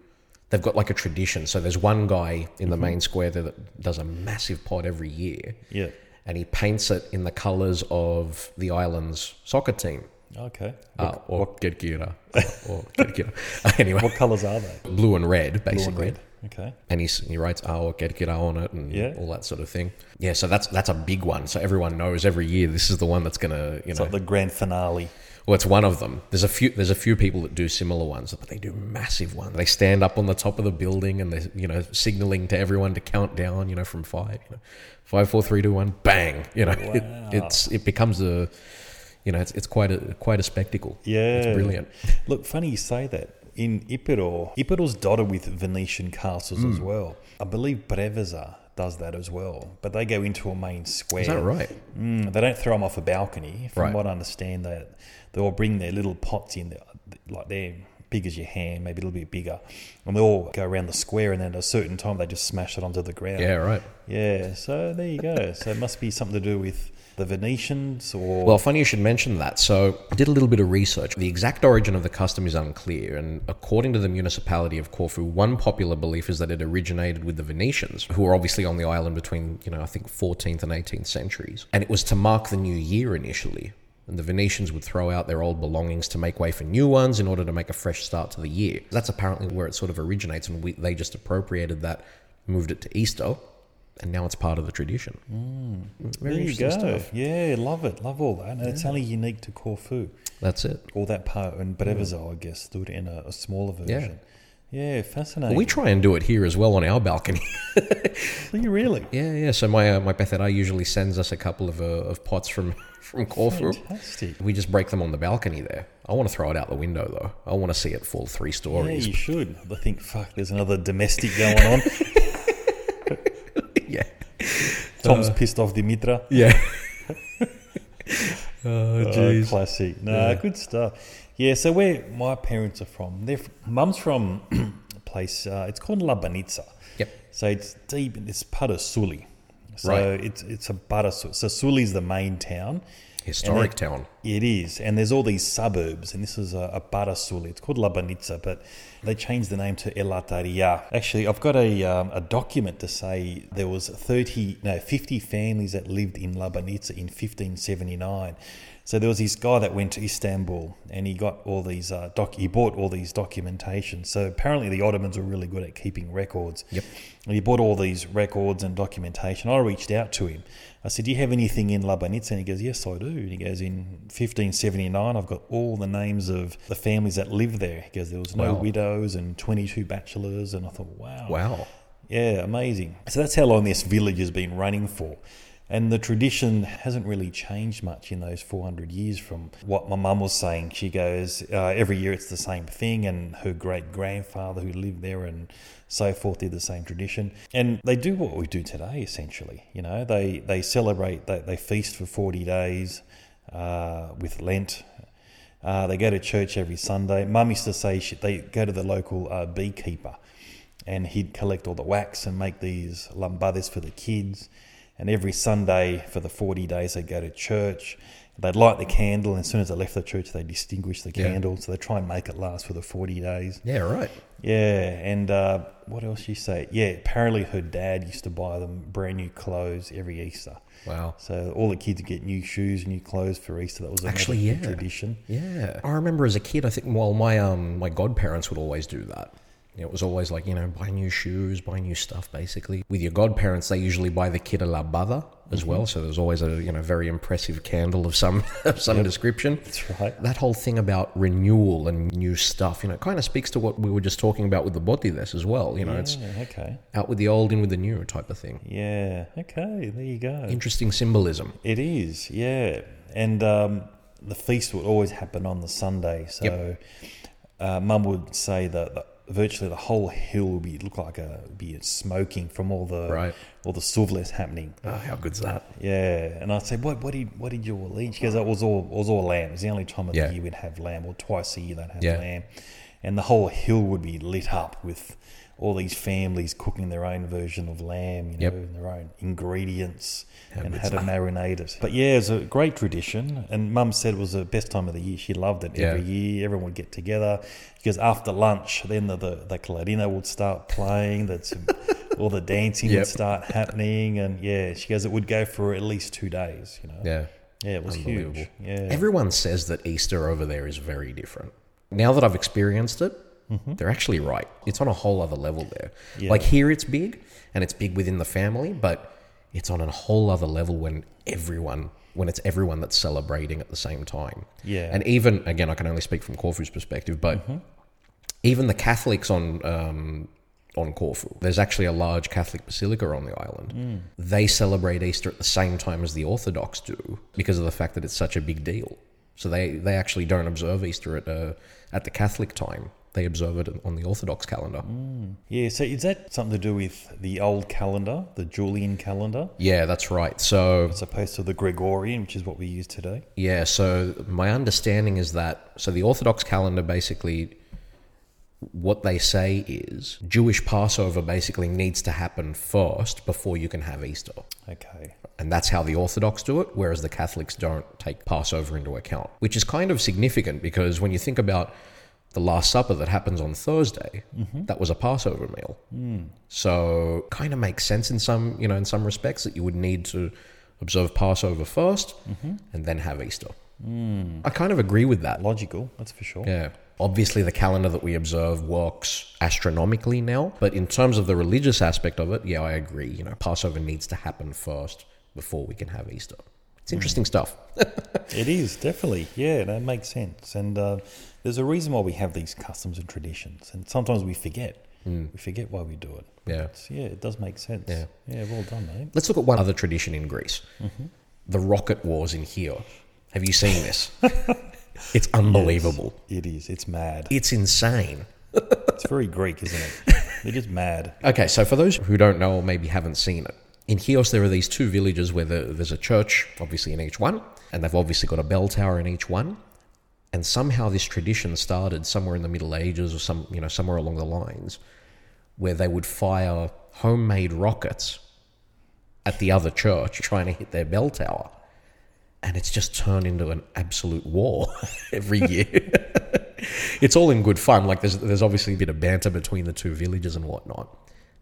A: They've got like a
B: Mm-hmm.
A: tradition. So there's one guy in the main square there that does a massive pot every year,
B: yeah.
A: and he paints it in the colours of the island's soccer team.
B: Okay.
A: Uh, or get Gira. Or get Gira. anyway,
B: What colours are they?
A: blue and red, basically.
B: Blue and red. Okay.
A: and he's, he writes "Oh, "Our Kedkira" on it and
B: Yeah.
A: all that sort of thing. Yeah, so that's that's a big one. So everyone knows every year this is the one that's gonna you
B: It's
A: know
B: like the grand finale.
A: well it's one of them. There's a few there's a few people that do similar ones, but they do massive ones. They stand up on the top of the building and they're you know signaling to everyone to count down you know from five, you know, five, four, three, two, one, bang. You know
B: Wow.
A: it, it's it becomes a you know it's, it's quite a quite a spectacle.
B: Yeah.
A: It's brilliant.
B: Look, funny you say that. In Ipiro, Ipiro's dotted with Venetian castles
A: Hmm.
B: as well. I believe Breveza does that as well, but they go into a main square.
A: Is that right?
B: Mm, they don't throw them off a balcony. From
A: Right.
B: what I understand, they they all bring their little pots in, like they're big as your hand, maybe a little bit bigger, and they all go around the square. And then at a certain time, they just smash it onto the ground.
A: Yeah, right.
B: Yeah, So there you go. so it must be something to do with the Venetians or
A: Well, funny you should mention that. So, I did a little bit of research. The exact origin of the custom is unclear, and according to the municipality of Corfu, one popular belief is that it originated with the Venetians, who were obviously on the island between, you know, I think 14th and 18th centuries. And it was to mark the new year initially. And the Venetians would throw out their old belongings to make way for new ones in order to make a fresh start to the year. That's apparently where it sort of originates, and we, they just appropriated that, moved it to Easter, and now it's part of the tradition. Hmm. Very
B: there you
A: interesting
B: go.
A: stuff.
B: Yeah, love it, love all that. And it's only unique to Corfu.
A: That's it.
B: All that part and Breveza, I guess, stood in a, a smaller version. Yeah, fascinating.
A: Well, we try and do it here as well on our balcony.
B: Are you really?
A: yeah, yeah. So my uh, my Bethedar usually sends us a couple of uh, of pots from from Corfu.
B: Fantastic.
A: We just break them on the balcony there. I want to throw it out the window though. I want to see it fall three
B: Yeah,
A: stories.
B: you should. I think, fuck, there's another domestic going on.
A: yeah, Uh,
B: Tom's pissed off Dimitra.
A: yeah. oh
B: Uh, classic. No, good stuff. Yeah, so where my parents are from, their f- mum's from a place, uh, it's called La Banitza.
A: Yep.
B: So it's deep, it's part of Suli. So
A: Right.
B: it's it's a butter. So Suli's the main town.
A: Historic town.
B: It is, and there's all these suburbs, and this is a, a barasuli. It's called La Banitza, but they changed the name to Elataria. Actually, I've got a, um, a document to say there was 30, no, 50 families that lived in La Banitza in 1579. So there was this guy that went to Istanbul, and he got all these uh, doc. He bought all these documentation. So apparently, the Ottomans were really good at keeping records.
A: Yep.
B: And he bought all these records and documentation. I reached out to him. I said, Do you have anything in Labanitsa? And he goes, Yes, I do. And he goes, In 1579, I've got all the names of the families that lived there. He goes, There was no
A: Wow.
B: widows and 22 bachelors. And I thought, Wow.
A: Wow.
B: Yeah, amazing. So that's how long this village has been running for. And the tradition hasn't really changed much in those 400 years from what my mum was saying. She goes, uh, every year it's the same thing, and her great grandfather who lived there and so forth did the same tradition. And they do what we do today, essentially. You know, they, they celebrate, they, they feast for 40 days uh, with Lent. Uh, they go to church every Sunday. Mum used to say she, they go to the local uh, beekeeper and he'd collect all the wax and make these lambades for the kids. And every Sunday for the 40 days, they'd go to church. They'd light the candle, and as soon as they left the church, they distinguish the
A: Yeah.
B: candle. So they try and make it last for the 40 days.
A: Yeah. Right.
B: Yeah, and uh, what else she say? Yeah, apparently her dad used to buy them brand new clothes every Easter.
A: Wow.
B: So all the kids would get new shoes, new clothes for Easter. That was another
A: Actually, yeah.
B: tradition.
A: Yeah. I remember as a kid, I think, well, my um, my godparents would always do that. You know, It was always like, you know, buy new shoes, buy new stuff, basically. With your godparents, they usually buy the kid a labada as well. So there's always a, you know, very impressive candle of some, of some description.
B: That's right.
A: That whole thing about renewal and new stuff, you know, it kind of speaks to what we were just talking about with the body this as well. You know, it's
B: Yeah, okay.
A: out with the old, in with the new type of thing.
B: Yeah, okay. There you go.
A: Interesting symbolism.
B: It is, yeah. And um, the feast would always happen on the Sunday. So uh, Mum would say that the, virtually the whole hill would be look like a be smoking from all the
A: Right.
B: all the souvlets happening.
A: Oh, how good's that?
B: Yeah, and I'd say, what what did what did you all eat? She goes, it was all it was all lamb. It was the only time of
A: Yeah.
B: the year we'd have lamb, or twice a year they'd have
A: Yeah.
B: lamb, and the whole hill would be lit up with all these families cooking their own version of lamb, you know,
A: Yep.
B: and their own ingredients
A: How
B: and
A: good's
B: how to marinate it. But yeah, it's a great tradition. And Mum said it was the best time of the year. She loved it every
A: Yeah.
B: year. Everyone would get together because after lunch, then the the, the Clarina would start playing. That's all the dancing
A: Yep.
B: would start happening, and yeah, she goes, it would go for at least two days. You know,
A: Yeah.
B: yeah, it was huge.
A: Unbelievable.
B: Yeah,
A: Everyone says that Easter over there is very different. Now that I've experienced it, they're actually right. It's on a whole other level there.
B: Mm-hmm. Yeah.
A: Like here, it's big and it's big within the family, but it's on a whole other level when everyone, when it's everyone that's celebrating at the same time.
B: yeah,
A: And even again, I can only speak from Corfu's perspective, but even the Catholics on um, on Corfu, there's actually a large Catholic basilica on the island. They celebrate Easter at the same time as the Orthodox do because of the fact that it's such a big deal. So they, they actually don't observe Easter at uh, at the Catholic time. They observe it on the Orthodox calendar.
B: yeah. So is that something to do with the old calendar, the Julian calendar,
A: Yeah, that's right. So
B: as opposed to the Gregorian, which is what we use today?
A: Yeah, so my understanding is that so the Orthodox calendar basically what they say is Jewish Passover basically needs to happen first before you can have Easter.
B: Okay.
A: And that's how the Orthodox do it, whereas the Catholics don't take Passover into account, which is kind of significant because when you think about the Last Supper that happens on Thursday, that was a Passover meal. So kind of makes sense in some, you know, in some respects that you would need to observe Passover 1st and then have Easter. I kind of agree with that.
B: Logical, that's for sure.
A: Yeah. Obviously, the calendar that we observe works astronomically now, but in terms of the religious aspect of it, yeah, I agree. You know, Passover needs to happen first before we can have Easter. It's interesting stuff.
B: It is definitely, yeah, that makes sense. And uh, there's a reason why we have these customs and traditions, and sometimes we forget. We forget why we do it.
A: Yeah.
B: It's, yeah, it does make sense.
A: Hmm. Yeah.
B: well done, mate.
A: Let's look at one other tradition in Greece the rocket wars in here. Have you seen this? it's unbelievable.
B: It is. It's mad.
A: It's insane.
B: It's very Greek, isn't it? They're just mad.
A: Okay, so for those who don't know or maybe haven't seen it, in Chios there are these two villages where the, there's a church, obviously in each one, and they've obviously got a bell tower in each one. And somehow this tradition started somewhere in the Middle Ages or some you know somewhere along the lines, where they would fire homemade rockets at the other church trying to hit their bell tower. And it's just turned into an absolute war every year. it's all in good fun. Like there's there's obviously a bit of banter between the two villages and whatnot,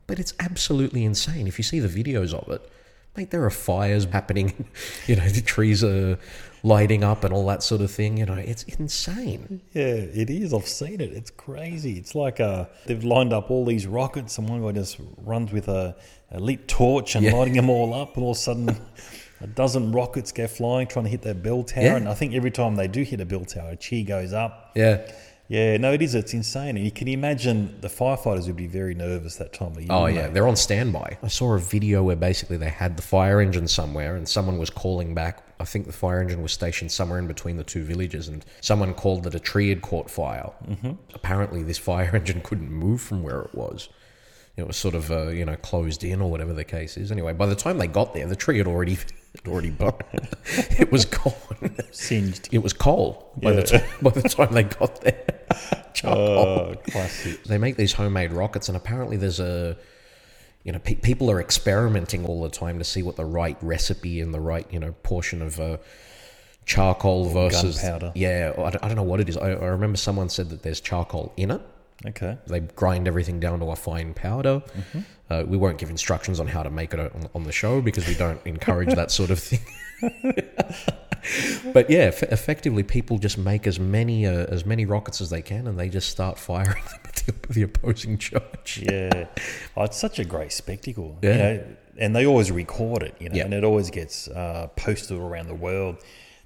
A: but it's absolutely insane. If you see the videos of it, mate, there are fires happening. You know, the trees are lighting up and all that sort of thing. You know, it's insane.
B: Yeah, it is. I've seen it. It's crazy. It's like uh, they've lined up all these rockets, and one guy just runs with a, a lit torch and
A: Yeah.
B: lighting them all up, and all of a sudden, a dozen rockets go flying trying to hit their bell tower.
A: Yeah.
B: And I think every time they do hit a bell tower, a cheer goes up.
A: Yeah.
B: Yeah, no, it is. It's insane. And you can imagine the firefighters would be very nervous that time of year.
A: Oh
B: wouldn't
A: yeah, they're on standby. I saw a video where basically they had the fire engine somewhere, and someone was calling back. I think the fire engine was stationed somewhere in between the two villages, and someone called that a tree had caught fire. Mm-hmm. Apparently, this fire engine couldn't move from where it was. It was sort of uh, you know closed in or whatever the case is. Anyway, by the time they got there, the tree had already had already burned. it was gone.
B: they? Singed.
A: It was coal by the
B: Yeah.
A: time by the time they got there.
B: Oh, classic.
A: They make these homemade rockets, and apparently there's a, you know, pe- people are experimenting all the time to see what the right recipe and the right, you know, portion of uh, charcoal versus
B: gunpowder.
A: Yeah, or I don't, I don't know what it is. I, I remember someone said that there's charcoal in it.
B: Okay.
A: They grind everything down to a fine powder. Uh, we won't give instructions on how to make it on, on the show because we don't encourage that sort of thing. but yeah, f- effectively, people just make as many uh, as many rockets as they can, and they just start firing them at the, the opposing church.
B: Yeah, oh, it's such a great spectacle.
A: Yeah.
B: You know, and they always record it, you know,
A: Yeah.
B: and it always gets uh, posted around the world.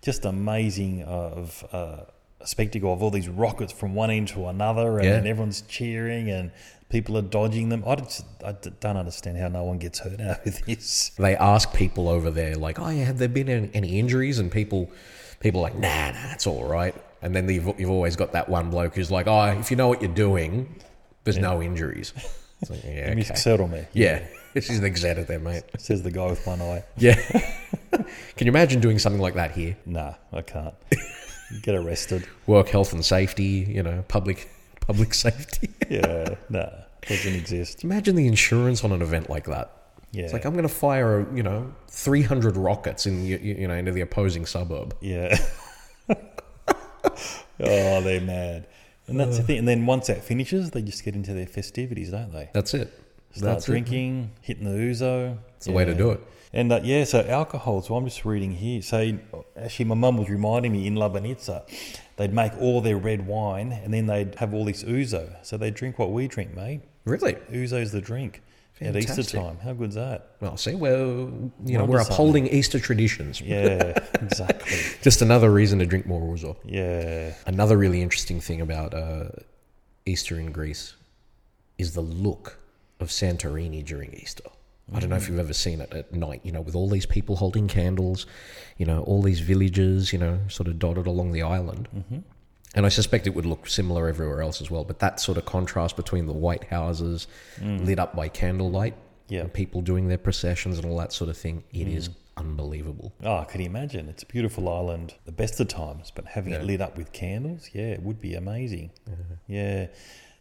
B: Just amazing of uh, a spectacle of all these rockets from one end to another, and,
A: Yeah.
B: and everyone's cheering, and people are dodging them. I, just, I d- don't understand how no one gets hurt out of this.
A: They ask people over there, like, "Oh yeah, have there been any, any injuries?" And people, people are like, "Nah, nah, that's all right." And then you've, you've always got that one bloke who's like, "Oh, if you know what you're doing, there's no injuries." It's like, yeah,
B: Okay.
A: okay.
B: Settle me,
A: Yeah, this is an exaggerate there, mate.
B: says the guy with one eye.
A: Yeah. Can you imagine doing something like that here?
B: Nah, I can't. Get arrested.
A: Work health and safety, you know, public public safety.
B: Yeah, nah. Doesn't exist.
A: Imagine the insurance on an event like that.
B: Yeah.
A: It's like I'm going to fire, you know, 300 rockets in you, you know into the opposing suburb.
B: Yeah. oh, they're mad. And that's the thing. And then once that finishes, they just get into their festivities, don't they?
A: That's it.
B: Start
A: That's it.
B: drinking, hitting the ouzo.
A: It's the way to do it.
B: And uh, yeah, so alcohol. So I'm just reading here. So actually, my mum was reminding me in Labanitsa, they'd make all their red wine and then they'd have all this ouzo. So they drink what we drink, mate.
A: Really?
B: Ouzo's the drink at Easter
A: Fantastic.
B: time. How good's that?
A: Well, see, we're you know
B: Well
A: we're
B: decided.
A: upholding Easter traditions.
B: Yeah, exactly.
A: Just another reason to drink more ouzo.
B: Yeah.
A: Another really interesting thing about uh, Easter in Greece is the look of Santorini during Easter. I don't know if you've ever seen it at night, you know, with all these people holding candles, you know, all these villages, you know, sort of dotted along the island. Mm-hmm. And I suspect it would look similar everywhere else as well. But that sort of contrast between the white houses lit up by candlelight
B: Yeah.
A: and people doing their processions and all that sort of thing, it is unbelievable.
B: Oh, I could imagine. It's a beautiful island, the best of times, but having it lit up with candles, yeah, it would be amazing.
A: Uh-huh.
B: Yeah.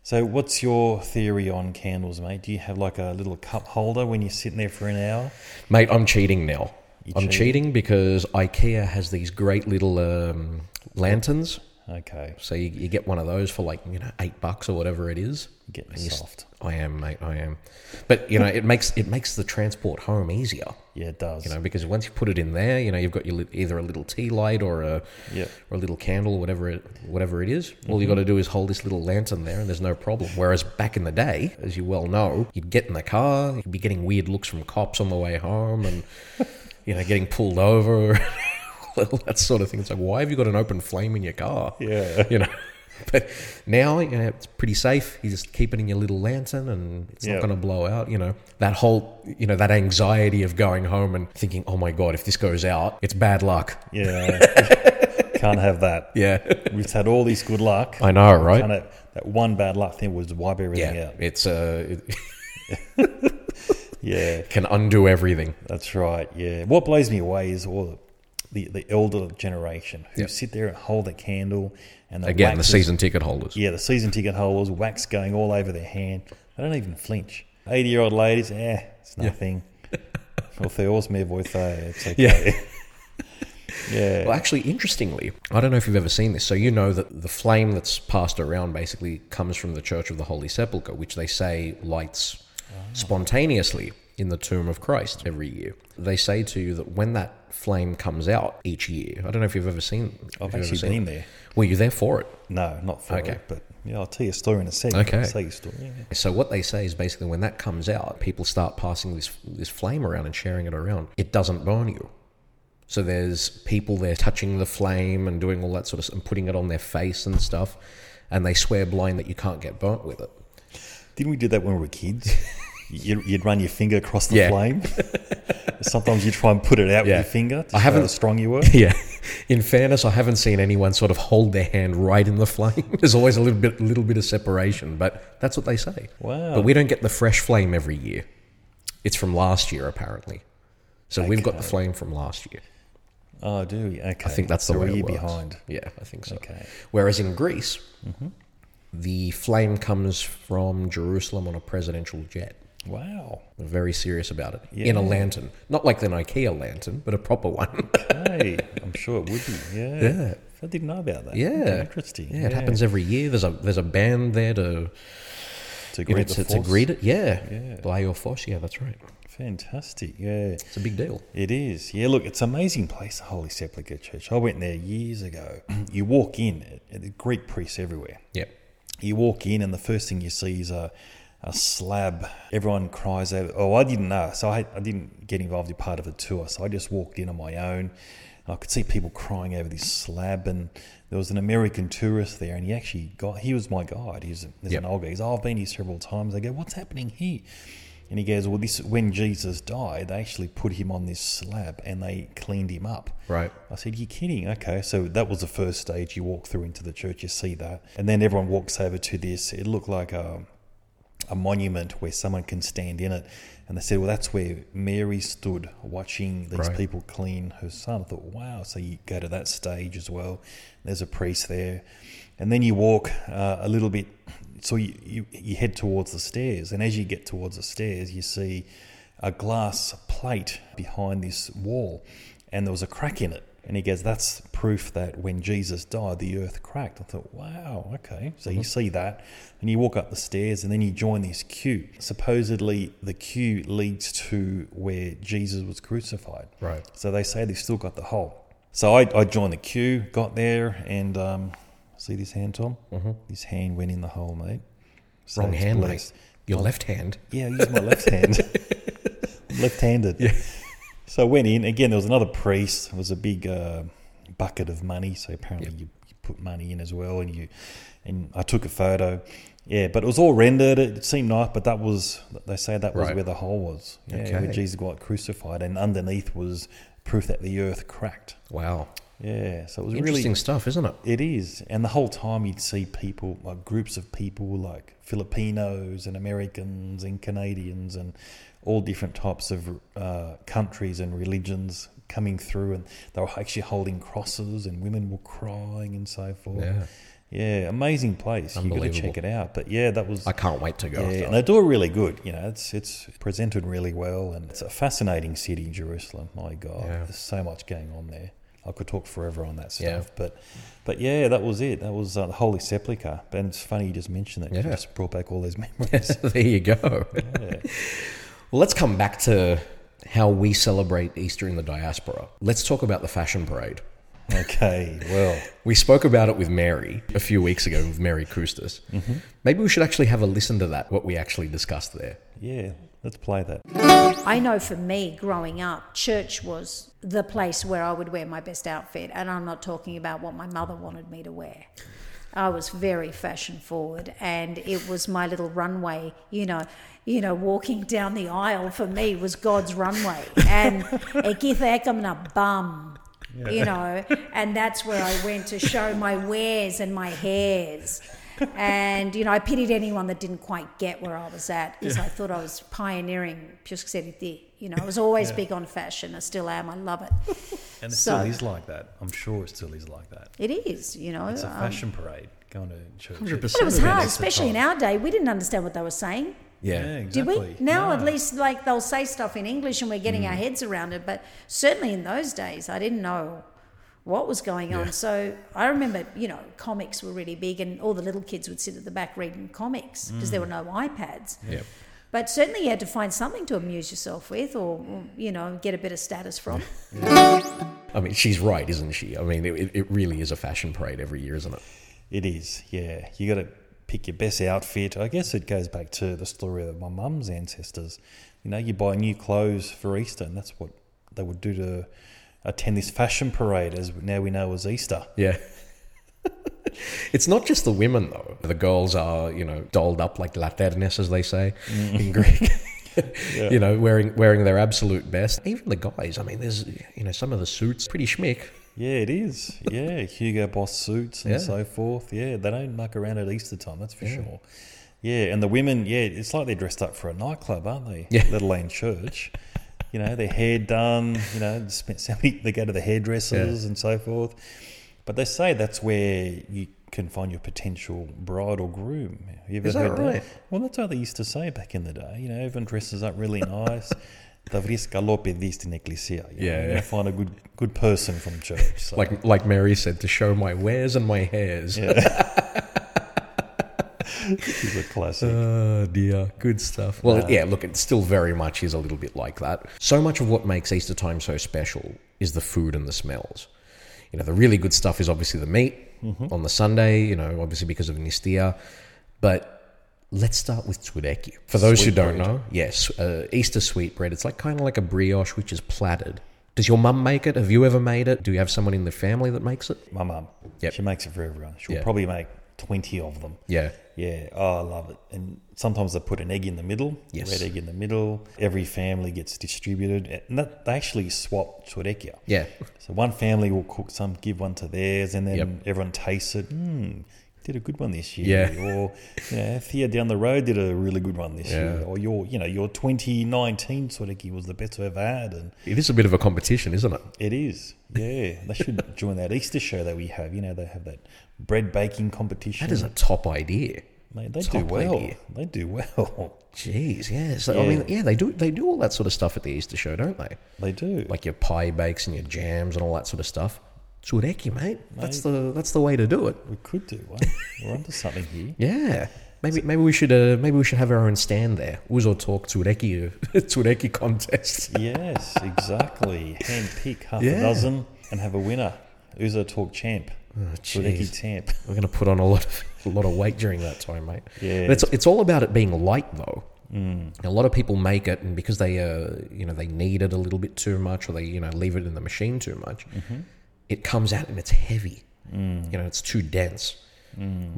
B: So, what's your theory on candles, mate? Do you have like a little cup holder when you're sitting there for an hour?
A: Mate, I'm cheating now.
B: You're
A: I'm cheating because IKEA has these great little um, lanterns.
B: Okay.
A: So you, you get one of those for like you know eight bucks or whatever it is.
B: Getting
A: And you s-
B: soft.
A: I am, mate. I am. But you know, it makes it makes the transport home easier.
B: Yeah, it does.
A: You know, because once you put it in there, you know you've got your lit- either a little tea light or a
B: yeah.
A: or a little candle, whatever it, whatever it is. All you got to do is hold this little lantern there, and there's no problem. Whereas back in the day, as you well know, you'd get in the car, you'd be getting weird looks from cops on the way home, and you know, getting pulled over, all that sort of thing. It's like, why have you got an open flame in your car?
B: Yeah.
A: You know. But now you know, it's pretty safe. You just keep it in your little lantern, and it's
B: Yeah.
A: not going to blow out. You know that whole, you know that anxiety of going home and thinking, "Oh my god, if this goes out, it's bad luck."
B: Yeah. Can't have that.
A: Yeah,
B: We've had all this good luck.
A: I know, right?
B: Kind of that one bad luck thing was wipe everything
A: Yeah,
B: out.
A: it's uh, it
B: Yeah.
A: can undo everything.
B: That's right. Yeah. What blows me away is all the the elder generation who
A: Yep.
B: sit there and hold the candle and the
A: Again, the
B: wax is-
A: season ticket holders.
B: Yeah, the season ticket holders, wax going all over their hand. They don't even flinch. Eighty year old ladies, eh, it's nothing. Well, theos me voitha, it's okay.
A: Yeah.
B: Yeah.
A: Well, actually, interestingly, I don't know if you've ever seen this. So you know that the flame that's passed around basically comes from the Church of the Holy Sepulchre, which they say lights spontaneously in the tomb of Christ every year. They say to you that when that flame comes out each year, I don't know if you've ever seen. if you've
B: I've
A: ever
B: actually
A: seen
B: been
A: it.
B: there.
A: Were you there for it?
B: No, not for
A: Okay.
B: it, but yeah, I'll tell you a story in a second.
A: Okay.
B: I'll tell you a story. Yeah.
A: So what they say is basically when that comes out, people start passing this this flame around and sharing it around. It doesn't burn you. So there's people there touching the flame and doing all that sort of s- and putting it on their face and stuff, and they swear blind that you can't get burnt with it.
B: Didn't we do that when we were kids? you'd, you'd run your finger across the
A: Yeah.
B: flame. Sometimes you try and put it out
A: Yeah.
B: with your finger to
A: I
B: show
A: haven't-
B: how strong you were.
A: Yeah. In fairness, I haven't seen anyone sort of hold their hand right in the flame. There's always a little bit little bit of separation, but that's what they say.
B: Wow.
A: But we don't get the fresh flame every year. It's from last year apparently. So we've got the flame from last year.
B: Oh, do we? Okay.
A: I think that's the
B: so
A: way
B: we're
A: it
B: year
A: works.
B: behind.
A: Yeah, I think so.
B: Okay. Mm-hmm.
A: Whereas in Greece, the flame comes from Jerusalem on a presidential jet.
B: Wow.
A: They're very serious about it. In a lantern. Not like an IKEA lantern, but a proper one.
B: Hey, I'm sure it would be. Yeah.
A: Yeah.
B: I didn't know about that.
A: yeah.
B: Interesting.
A: Yeah, it happens every year. There's a there's a band there to
B: To
A: you know,
B: greet
A: to,
B: the
A: to
B: force.
A: greet it. Yeah.
B: Yeah.
A: By your force, yeah, that's right.
B: Fantastic. Yeah.
A: It's a big deal.
B: It is. Yeah, look, it's an amazing place, the Holy Sepulchre Church. I went there years ago. You walk in, it- it- Greek priests everywhere.
A: Yeah.
B: You walk in, and the first thing you see is a, a slab. Everyone cries out, Oh, I didn't know. So I, I didn't get involved in part of the tour. So I just walked in on my own. And I could see people crying over this slab. And there was an American tourist there, and he actually got, he was my guide. He's, a- there's an
A: Yep.
B: old guy. He's, oh, I've been here several times. I go, What's happening here? And he goes, Well, this when Jesus died, they actually put him on this slab and they cleaned him up.
A: Right.
B: I said, You're kidding. Okay. So that was the first stage. You walk through into the church, you see that. And then everyone walks over to this. It looked like a, a monument where someone can stand in it. And they said, Well, that's where Mary stood watching these
A: Right.
B: people clean her son. I thought, Wow. So you go to that stage as well. There's a priest there. And then you walk uh, a little bit so you, you, you head towards the stairs, and as you get towards the stairs, you see a glass plate behind this wall, and there was a crack in it. And he goes, That's proof that when Jesus died, the earth cracked. I thought, Wow, okay. So you see that, and you walk up the stairs, and then you join this queue. Supposedly, the queue leads to where Jesus was crucified.
A: Right.
B: So they say they've still got the hole. So I, I joined the queue, got there, and um, see this hand, Tom? Mm-hmm. This hand went in the hole, mate. So
A: Wrong
B: it's
A: hand,
B: blessed.
A: mate. Your left hand.
B: Yeah, I use my left hand. left handed. Yeah. So I went in. Again, there was another priest. It was a big uh, bucket of money. So apparently you, you put money in as well. And you and I took a photo. Yeah, but it was all rendered. It seemed nice, but that was, they say that was
A: Right.
B: where the hole was. Yeah,
A: Okay.
B: where Jesus got crucified. And underneath was proof that the earth cracked.
A: Wow.
B: Yeah, so it was really
A: Interesting stuff, isn't it?
B: it is, and the whole time you'd see people, like groups of people, like Filipinos and Americans and Canadians and all different types of uh, countries and religions coming through, and they were actually holding crosses, and women were crying and so forth.
A: Yeah.
B: Yeah, amazing place. You got to check
A: Unbelievable.
B: it out. But yeah, that was
A: I can't wait to go.
B: yeah,
A: after
B: and they do it really good. You know, it's it's presented really well, and it's a fascinating city, Jerusalem. My God,
A: Yeah.
B: there's so much going on there. I could talk forever on that stuff,
A: Yeah.
B: but but yeah, that was it. That was uh, the Holy Sepulchre, and it's funny you just mentioned that. 'cause You
A: Yeah.
B: just brought back all those memories.
A: that. there you go.
B: yeah.
A: Well, let's come back to how we celebrate Easter in the diaspora. Let's talk about the fashion parade.
B: Okay, well,
A: We spoke about it with Mary a few weeks ago with Mary Kustas. Maybe we should actually have a listen to that, what we actually discussed there.
B: yeah, let's play that.
C: I know for me growing up, church was the place where I would wear my best outfit. And I'm not talking about what my mother wanted me to wear. I was very fashion forward and it was my little runway, you know, you know, walking down the aisle for me was God's runway. And it gets like I'm a bum. You know, and that's where I went to show my wares and my hairs. And, you know, I pitied anyone that didn't quite get where I was at because I thought I was pioneering Piuskseriti. You know, I was always big on fashion. I still am. I love it.
D: And it
C: So-
D: still is like that. I'm sure it still is like that.
C: It is, you know.
D: It's a
C: um,
D: fashion parade going to church.
A: 100%.
C: but it was
A: It's
C: hard,
D: the
C: especially in
D: time.
C: our day. We didn't understand what they were saying.
A: Yeah.
D: Yeah,
C: Did
D: exactly.
C: we? Now,
D: No. Mm.
C: at least, like, they'll say stuff in English and we're getting our heads around it. But certainly in those days, I didn't know what was going on. So I remember, you know, comics were really big and all the little kids would sit at the back reading comics because there were
D: Mm.
C: no iPads.
A: Yeah.
C: But certainly you had to find something to amuse yourself with or, you know, get a bit of status from.
A: I mean, she's right, isn't she? I mean, it, it really is a fashion parade every year, isn't it?
B: It is, yeah. You got to pick your best outfit. I guess it goes back to the story of my mum's ancestors. You know, you buy new clothes for Easter, and that's what they would do to attend this fashion parade, as now we know as Easter.
A: Yeah. it's not just the women, though. The girls are, you know, dolled up like laternes, as they say in Greek. You know, wearing wearing their absolute best. Even the guys. I mean, there's you know some of the suits pretty schmick.
B: Yeah, it is. Yeah, Hugo Boss suits and
A: Yeah.
B: so forth. Yeah, they don't muck around at Easter time, that's for sure. Yeah, and the women, yeah, it's like they're dressed up for a nightclub, aren't they?
A: Yeah.
B: Let alone church. You know, their hair done, you know, spent so many, they go to the hairdressers and so forth. But they say that's where you can find your potential bride or groom. Have you ever
A: Is that
B: heard
A: right?
B: Well, that's what they used to say back in the day. You know, everyone dresses up really nice. Da vris galope dist in ecclesia. You know,
A: Yeah,
B: you're
A: yeah.
B: gonna find a good good person from church. So.
A: Like like Mary said, to show my wares and my hairs.
B: She's a classic.
A: Oh dear, good stuff. Well, yeah, look, it still very much is a little bit like that. So much of what makes Easter time so special is the food and the smells. You know, the really good stuff is obviously the meat on the Sunday, you know, obviously because of Nistia. But let's start with Twideki. For those who don't know, yes, uh, Easter sweetbread, it's like kind of like a brioche, which is platted. Does your mum make it? Have you ever made it? Do you have someone in the family that makes it?
B: My mum.
A: Yep.
B: She makes it for everyone. She'll
A: Yeah.
B: probably make 20 of them.
A: Yeah.
B: Yeah. Oh, I love it. And sometimes they put an egg in the middle,
A: Yes.
B: red egg in the middle. Every family gets distributed. And that, they actually swap Turekia.
A: Yeah.
B: So one family will cook some, give one to theirs, and then
A: Yep.
B: everyone tastes it. Hmm, did a good one this year.
A: Yeah.
B: Or you know, Thea down the road did a really good one this
A: Yeah.
B: year. Or your, you know, your 2019 Tureki was the best I've ever had. And
A: It is a bit of a competition, isn't it?
B: it is, yeah. They should join that Easter show that we have. You know, they have that bread baking competition.
A: That is a top idea.
B: Mate, they do
A: Top
B: well.
A: lady.
B: They do well.
A: Jeez, yeah. So, I
B: Yeah.
A: mean, yeah, they do they do all that sort of stuff at the Easter show, don't they?
B: They do.
A: Like your pie bakes and your jams and all that sort of stuff. Zureki, mate. That's the that's the way to do it.
B: we could do one. We're onto something here.
A: Yeah. Maybe maybe we should uh, maybe we should have our own stand there. Uzo talk Zureki Zureki contest.
B: Yes, exactly. Hand pick half
A: Yeah.
B: a dozen and have a winner. Uzo talk champ. Sudeki
A: Oh, Jeez.
B: champ.
A: We're gonna put on a lot of a lot of weight during that time, mate.
B: Yeah.
A: But it's it's all about it being light though. A lot of people make it, and because they uh, you know they knead it a little bit too much, or they you know leave it in the machine too much, it comes out and it's heavy. You know, it's too dense.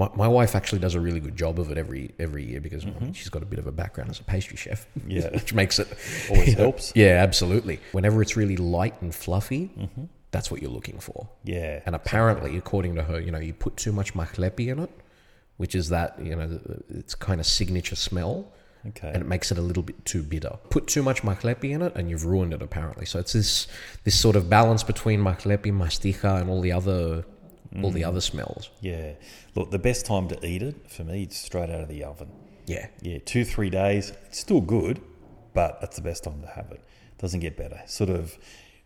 A: My, my wife actually does a really good job of it every every year because I mean, she's got a bit of a background as a pastry chef,
B: Yeah.
A: which makes it
B: Always helps.
A: Yeah, absolutely. Whenever it's really light and fluffy, that's what you're looking for.
B: Yeah.
A: And apparently, according to her, you know, you put too much mahlepi in it, which is that, you know, it's kind of signature smell.
B: Okay.
A: And it makes it a little bit too bitter. Put too much mahlepi in it, and you've ruined it. Apparently, so it's this this sort of balance between mahlepi, mastija, and all the other all the other smells.
B: Yeah. Look, the best time to eat it for me, it's straight out of the oven.
A: Yeah,
B: Yeah, two, three days. It's still good, but that's the best time to have it. Doesn't get better. Sort of,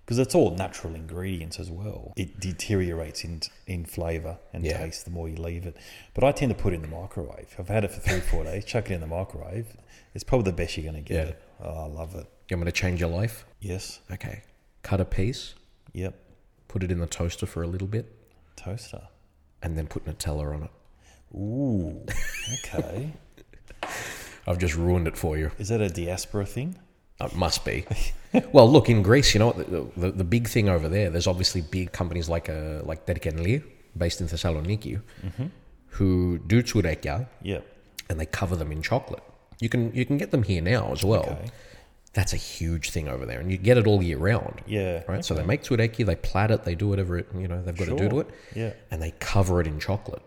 B: because it's all natural ingredients as well. It deteriorates in in flavour and
A: Yeah.
B: taste the more you leave it. But I tend to put it in the microwave. I've had it for three, four days. Chuck it in the microwave. It's probably the best you're going to get.
A: Yeah.
B: It. Oh, I love it.
A: you want me to change your life?
B: Yes.
A: Okay, cut a piece,
B: Yep.
A: put it in the toaster for a little bit,
B: Toaster.
A: and then put Nutella on it.
B: Ooh. Okay.
A: I've just ruined it for you.
B: Is that a diaspora thing?
A: It must be. well, look in Greece. You know what the, the, the big thing over there. There's obviously big companies like uh, like Derkenli, based in Thessaloniki,
B: Mm-hmm.
A: who do tsurekia
B: Yep.
A: and they cover them in chocolate. You can you can get them here now as well.
B: Okay.
A: That's a huge thing over there, and you get it all year round.
B: Yeah.
A: Right. So they make tsureki, they plait it, they do whatever it, you know they've got to do to
B: Sure.
A: it,
B: Yeah.
A: and they cover it in chocolate.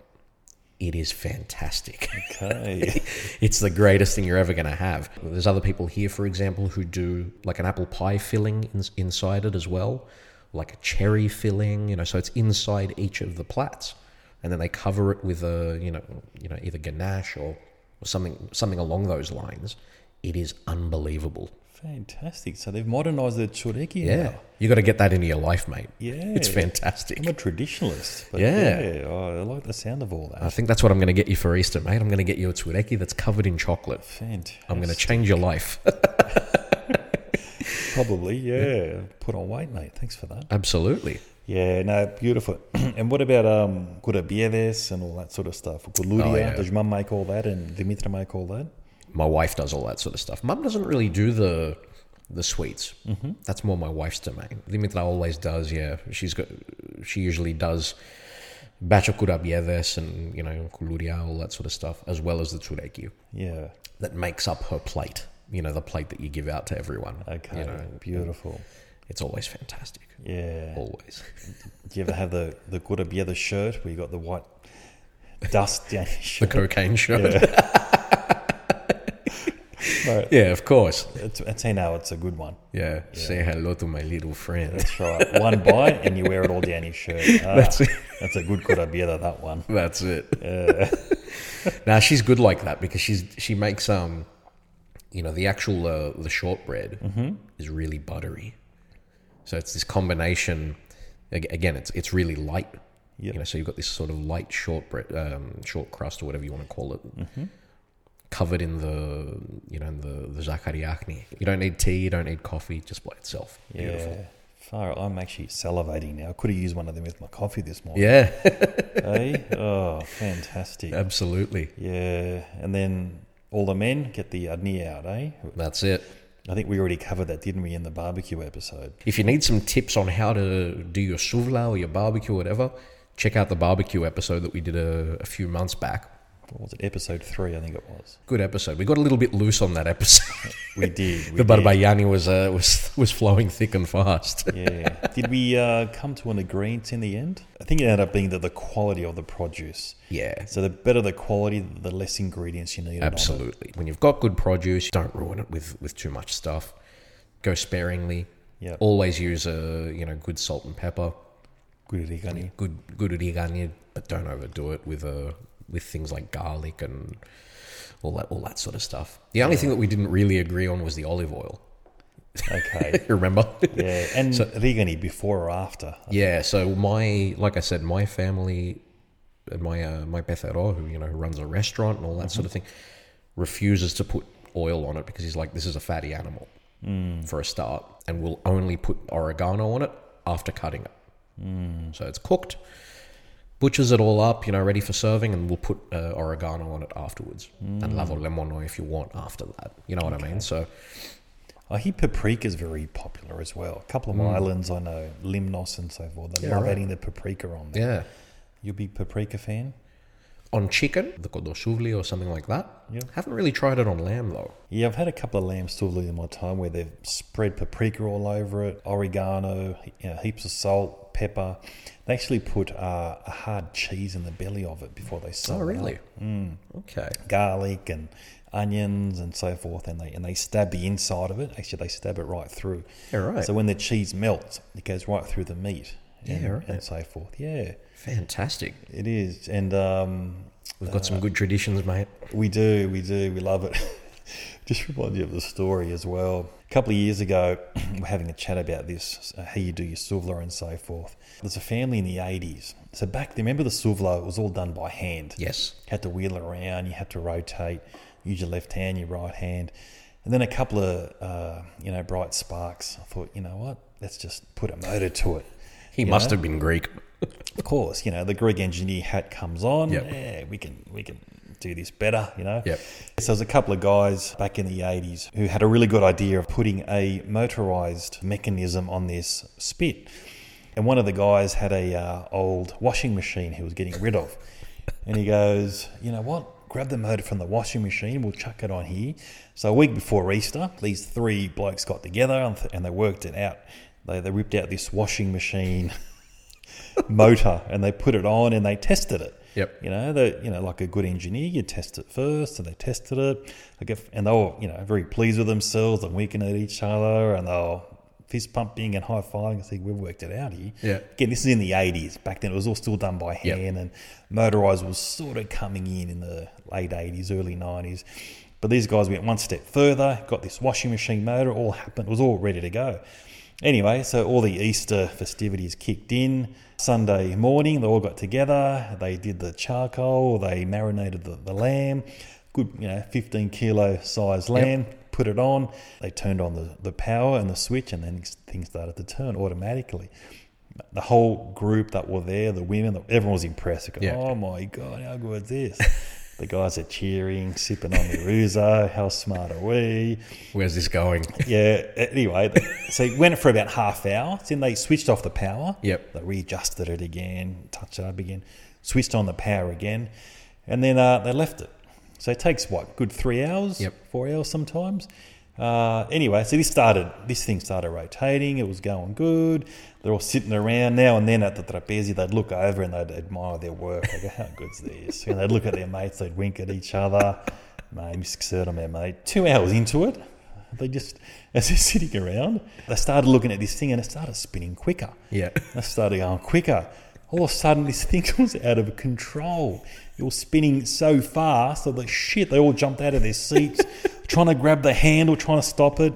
A: It is fantastic.
B: Okay.
A: it's the greatest thing you're ever going to have. There's other people here, for example, who do like an apple pie filling in, inside it as well, like a cherry filling, you know, so it's inside each of the plats. And then they cover it with a, you know, you know, either ganache or, or something, something along those lines. It is unbelievable.
B: Fantastic. So they've modernised the tsureki
A: Yeah,
B: now.
A: you got to get that into your life, mate.
B: Yeah.
A: it's fantastic.
B: I'm a traditionalist. But
A: Yeah.
B: yeah. I like the sound of all that.
A: I think that's what I'm going to get you for Easter, mate. I'm going to get you a tsureki that's covered in chocolate.
B: Fantastic.
A: I'm going to change your life.
B: Probably, yeah. Put on weight, mate. Thanks for that.
A: Absolutely.
B: Yeah, no, beautiful. and what about um, Gurabieves and all that sort of stuff? Guludia,
A: Oh, yeah.
B: does your mum make all that and Dimitra make all that?
A: my wife does all that sort of stuff. Mum doesn't really do the the sweets. Mm-hmm. That's more my wife's domain. Dimitra always does. Yeah, she's got. She usually does batch of kurabieves and you know kuluria, all that sort of stuff, as well as the tsureki
B: Yeah.
A: that makes up her plate. You know, the plate that you give out to everyone.
B: Okay.
A: You know,
B: beautiful.
A: it's always fantastic.
B: Yeah.
A: Always.
B: Do you ever have the, the Gurabieves shirt where you got the white dust down your
A: The
B: shirt?
A: cocaine shirt. Yeah,
B: yeah. Right.
A: of course.
B: It's, it's, you know, it's a good one.
A: Yeah. Say hello to my little friend.
B: That's right. One buy and you wear it all down your shirt. Ah,
A: That's it.
B: That's a good kurabieta, that one.
A: That's it. now she's good like that because she's she makes um, you know, the actual uh, the shortbread is really buttery, so it's this combination. ag- Again, it's it's really light.
B: Yep.
A: You know, so you've got this sort of light shortbread, um, short crust or whatever you want to call it, covered in the you know in the the zakariakni. You don't need tea, you don't need coffee, just by itself. Beautiful.
B: Yeah. Far, I'm actually salivating now. I could have used one of them with my coffee this morning.
A: Yeah,
B: eh? Oh, fantastic.
A: absolutely.
B: Yeah. And then all the men get the adni out, eh?
A: That's it.
B: I think we already covered that, didn't we, in the barbecue episode?
A: If you need some tips on how to do your souvla or your barbecue or whatever, check out the barbecue episode that we did a, a few months back.
B: What was it? Episode three, I think it was.
A: Good episode. We got a little bit loose on that episode.
B: We did. We
A: the
B: did.
A: barbayani was uh, was was flowing thick and fast.
B: Yeah. Did we uh, come to an agreement in the end? I think it ended up being that the quality of the produce.
A: Yeah,
B: So the better the quality, the less ingredients you need.
A: absolutely. When you've got good produce, don't ruin it with with too much stuff. Go sparingly.
B: Yeah.
A: Always use a you know good salt and pepper.
B: Good rigani.
A: Good good rigani, but don't overdo it with a with things like garlic and all that all that sort of stuff. The only thing that we didn't really agree on was the olive oil.
B: Okay.
A: Remember?
B: yeah. And Rigani before or after?
A: yeah. So my like I said, my family, and my uh, my Bethero, who you know who runs a restaurant and all that sort of thing, refuses to put oil on it because he's like, this is a fatty animal for a start, and will only put oregano on it after cutting it. So it's cooked, butchers it all up, you know, ready for serving, and we'll put uh, oregano on it afterwards, and lavo lemono if you want after that. You know what I mean? So
B: I hear paprika is very popular as well. A couple of islands I know, Limnos and so forth, they
A: Mm. Yeah,
B: love
A: right.
B: adding the paprika on there.
A: yeah.
B: You big paprika fan?
A: on chicken, the codosuvli or something like that.
B: Yeah.
A: Haven't really tried it on lamb though.
B: Yeah, I've had a couple of lamb souvlaki in my time where they've spread paprika all over it, oregano, you know, heaps of salt, pepper. They actually put uh, a hard cheese in the belly of it before they
A: Oh,
B: sell it.
A: really?
B: Hmm.
A: Okay.
B: garlic and onions and so forth, and they and they stab the inside of it. Actually, they stab it right through.
A: Yeah, right.
B: So when the cheese melts, it goes right through the meat. And,
A: Yeah, right.
B: and so forth. Yeah,
A: Fantastic.
B: it is, and um,
A: We've got some good traditions, mate.
B: we do, we do, we love it. Just reminds you of the story as well. A couple of years ago, we're having a chat about this, uh, how you do your souvlaki and so forth. There's a family in the 80s. So back then, remember the souvlaki, it was all done by hand
A: Yes.
B: had to wheel it around. You had to rotate. Use your left hand, your right hand, and then a couple of uh, you know bright sparks. I thought, you know what? Let's just put a motor to it.
A: He
B: You
A: must
B: know?
A: have been Greek.
B: Of course, you know the Greek engineer hat comes on.
A: Yep.
B: Yeah, we can we can do this better. You know.
A: Yep.
B: So there's a couple of guys back in the 80s who had a really good idea of putting a motorized mechanism on this spit. And one of the guys had a uh, old washing machine he was getting rid of. And he goes, you know what? Grab the motor from the washing machine. We'll chuck it on here. So a week before Easter, these three blokes got together and, th- and they worked it out. They, they ripped out this washing machine motor and they put it on and they tested it.
A: Yep.
B: You know, they, you know, like a good engineer, you test it first, and they tested it, like if, and they were, you know, very pleased with themselves and winking at each other, and they were fist pumping and high fiving and saying, "We've worked it out here."
A: Yeah.
B: Again, this is in the '80s. Back then, it was all still done by
A: Yep.
B: hand, and motorized was sort of coming in in the late '80s, early '90s. But these guys went one step further, got this washing machine motor, all happened, it was all ready to go. Anyway, so all the Easter festivities kicked in. Sunday morning, they all got together. They did the charcoal, they marinated the, the lamb, good, you know, 15 kilo size lamb, put it on. They turned on the, the power and the switch, and then things started to turn automatically. The whole group that were there, the women, everyone was impressed. They go,
A: Yeah.
B: Oh my God, how good is this? the guys are cheering, sipping on the Ruzo. How smart are we?
A: Where's this going?
B: Yeah. Anyway, th- so it went for about half hour. Then they switched off the power.
A: Yep.
B: They readjusted it again, touched it up again, switched on the power again, and then uh, they left it. So it takes what, good three hours?
A: Yep.
B: Four hours sometimes. Uh, anyway, so this started. This thing started rotating. It was going good. They're all sitting around now and then at the trapezi. They'd look over and they'd admire their work. Like, how good's this? And they'd look at their mates. They'd wink at each other. Mate, Mr. there, mate. Two hours into it, they just, as they're sitting around, they started looking at this thing and it started spinning quicker.
A: Yeah.
B: They started going quicker. All of a sudden, this thing was out of control. It was spinning so fast that the shit, they all jumped out of their seats, trying to grab the handle, trying to stop it.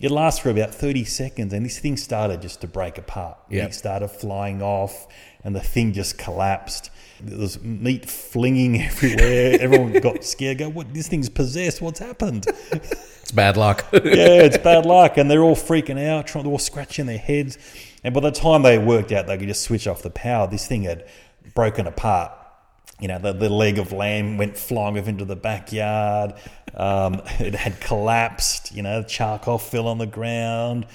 B: It lasts for about 30 seconds, and this thing started just to break apart.
A: Yeah.
B: It started flying off, and the thing just collapsed. There was meat flinging everywhere. Everyone got scared. Go, what? This thing's possessed. What's happened?
A: It's bad luck.
B: yeah, it's bad luck, and they're all freaking out, trying, they're all scratching their heads. And by the time they worked out they could just switch off the power, this thing had broken apart. You know, the, the leg of lamb went flying off into the backyard. Um, it had collapsed. You know, charcoal fell on the ground,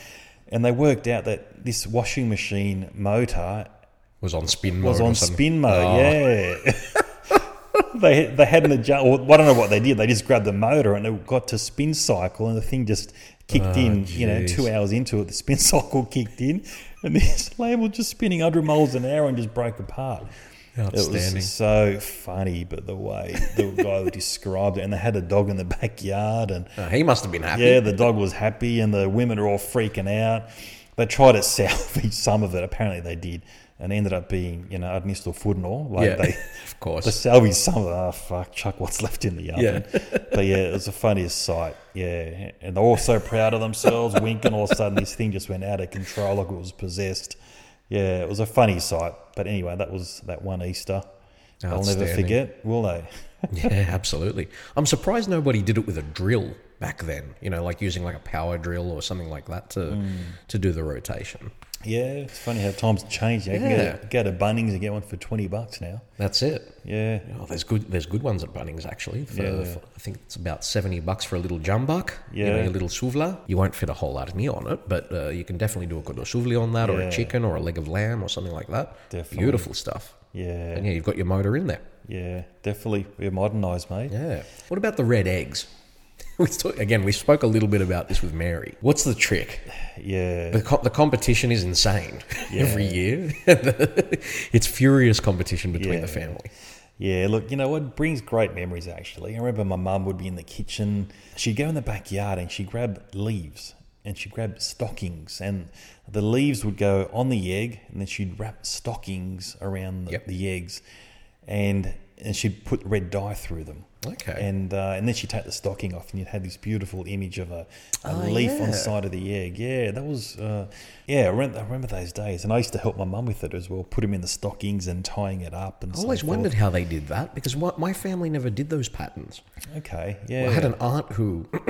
B: and they worked out that this washing machine motor
A: was on spin mode.
B: was on
A: or something.
B: spin mode.
A: Oh,
B: Yeah. they they had an adjust. Or, I don't know what they did. They just grabbed the motor and it got to spin cycle, and the thing just kicked in. You know,
A: Ah, jeez.
B: two hours into it, the spin cycle kicked in, and this lamb was just spinning hundred miles an hour and just broke apart. It
A: Outstanding.
B: was so funny, but the way the guy described it, and they had a dog in the backyard, and
A: Uh, he must have been happy.
B: yeah, the dog was happy, and the women are all freaking out. They tried to salvage some of it. Apparently, they did. and it ended up being, you know, Ernesto Furno. Like
A: yeah,
B: they,
A: of
B: the
A: course.
B: salvies, some of the, ah, fuck, chuck what's left in the oven.
A: Yeah.
B: but yeah, it was the funniest sight. Yeah. And they're all so proud of themselves, winking. All of a sudden, this thing just went out of control, like it was possessed. Yeah, it was a funny sight. But anyway, that was that one Easter. I'll never
A: Outstanding.
B: forget, will they?
A: yeah, absolutely. I'm surprised nobody did it with a drill back then. You know, like using like a power drill or something like that to
B: Hmm.
A: to do the rotation.
B: Yeah, it's funny how times change. You can
A: Yeah.
B: go to, go to Bunnings and get one for 20 bucks now.
A: That's it.
B: Yeah.
A: Oh, there's good. There's good ones at Bunnings actually. For,
B: Yeah.
A: for- I think it's about seventy bucks for a little jumbuck. you know,
B: Yeah.
A: your little souvla. You won't fit a whole lot of meat on it, but uh, you can definitely do a codosuvli on that, or a
B: Yeah.
A: chicken, or a leg of lamb, or something like that.
B: Definitely.
A: Beautiful stuff.
B: Yeah.
A: And yeah, you've got your motor in there.
B: Yeah. Definitely. We're modernized, mate.
A: Yeah. What about the red eggs? We talk, again, we spoke a little bit about this with Mary. What's the trick?
B: Yeah.
A: The, co- the competition is insane every year. it's furious competition between
B: Yeah.
A: the family.
B: Yeah, look, you know what brings great memories actually. I remember my mum would be in the kitchen. She'd go in the backyard and she'd grab leaves and she'd grab stockings and the leaves would go on the egg and then she'd wrap stockings around the,
A: Yep.
B: the eggs and and she'd put red dye through them.
A: Okay.
B: And uh, and then she'd take the stocking off and you'd have this beautiful image of a, a
A: Oh,
B: leaf on
A: yeah.
B: the side of the egg. Yeah, that was uh, yeah, I remember, I remember those days and I used to help my mum with it as well, put them in the stockings and tying it up and
A: I always
B: so forth.
A: wondered how they did that because my, my family never did those patterns.
B: Okay. Yeah.
A: I had an aunt who,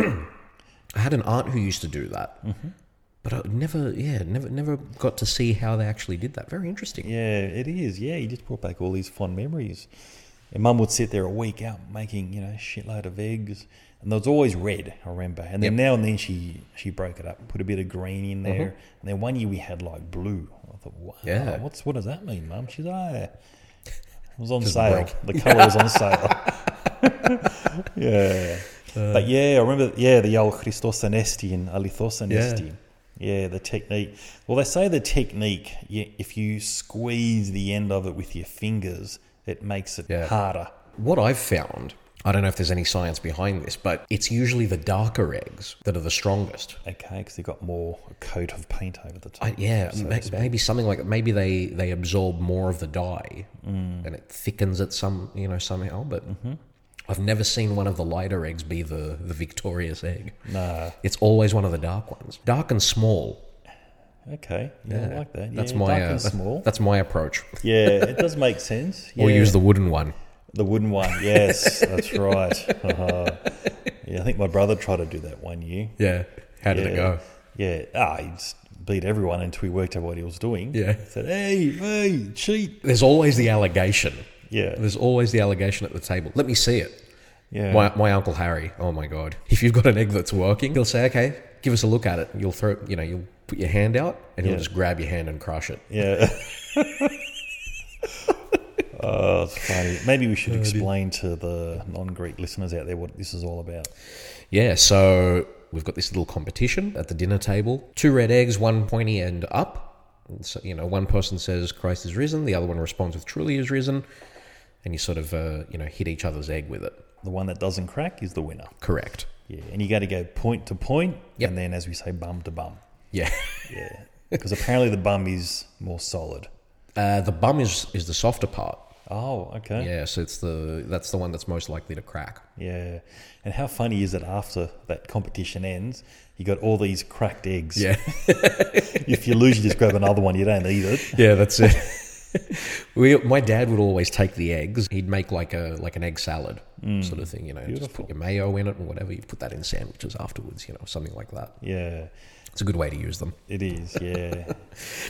A: I had an aunt who used to do that,
B: Mm-hmm.
A: but I never, yeah, never, never got to see how they actually did that. Very interesting.
B: yeah, it is. Yeah, you just brought back all these fond memories. And mum would sit there a week out making, you know, a shitload of eggs. And there was always red, I remember. And then now and then she she broke it up, put a bit of green in there. And then one year we had like blue. I thought, wow,
A: Uh-huh. Yeah.
B: what's what does that mean, mum? She's ah, it was on
A: Just
B: sale.
A: break.
B: The colour was on sale. yeah.
A: Uh.
B: but yeah, I remember, yeah, the old Christos Anesti and Alithos Anesti. Yeah. the technique. Well, they say the technique, yeah, if you squeeze the end of it with your fingers, it makes it
A: Yeah.
B: harder.
A: What I've found, I don't know if there's any science behind this, but it's usually the darker eggs that are the strongest.
B: Okay, because they've got more coat of paint over the top.
A: I, yeah, ma- maybe something like maybe they they absorb more of the dye
B: Mm.
A: and it thickens it some you know somehow. But
B: Mm-hmm.
A: I've never seen one of the lighter eggs be the the victorious egg.
B: Nah.
A: It's always one of the dark ones, dark and small.
B: Okay, yeah, I like that.
A: That's
B: yeah,
A: my
B: dark
A: uh,
B: and
A: that-
B: small.
A: That's my approach.
B: yeah, it does make sense. Yeah.
A: Or use the wooden one.
B: The wooden one, yes, that's right. Uh-huh. yeah, I think my brother tried to do that one year.
A: Yeah. How did
B: yeah.
A: it go?
B: Yeah, ah, he just beat everyone until he worked out what he was doing.
A: Yeah.
B: He said, "Hey, hey, cheat!"
A: There's always the allegation.
B: Yeah,
A: There's always the allegation at the table. Let me see it.
B: yeah,
A: My, my uncle Harry. Oh my god! If you've got an egg that's working, he'll say, "Okay, give us a look at it." You'll throw, you know, you'll put your hand out, and he'll
B: Yeah.
A: just grab your hand and crush it.
B: yeah. oh, it's funny. Maybe we should explain to the non-Greek listeners out there what this is all about.
A: Yeah. So we've got this little competition at the dinner table: two red eggs, one pointy end up. And So, you know, one person says Christ is risen, the other one responds with Truly is risen, and you sort of, uh, you know, hit each other's egg with it.
B: The one that doesn't crack is the winner.
A: Correct.
B: Yeah, and you got to go point to point,
A: Yep.
B: and then, as we say, bum to bum.
A: Yeah.
B: Yeah, because apparently the bum is more solid.
A: Uh, the bum is is the softer part.
B: Oh, okay.
A: Yeah. So it's the that's the one that's most likely to crack.
B: Yeah. And how funny is it after that competition ends, you got all these cracked eggs.
A: Yeah.
B: if you lose, you just grab another one. You don't eat it.
A: Yeah, that's it. we, my dad would always take the eggs. He'd make like a like an egg salad sort of thing. You know, just
B: Beautiful.
A: put your mayo in it and whatever. You put that in sandwiches afterwards. You know, something like that.
B: Yeah,
A: It's a good way to use them.
B: it is. Yeah.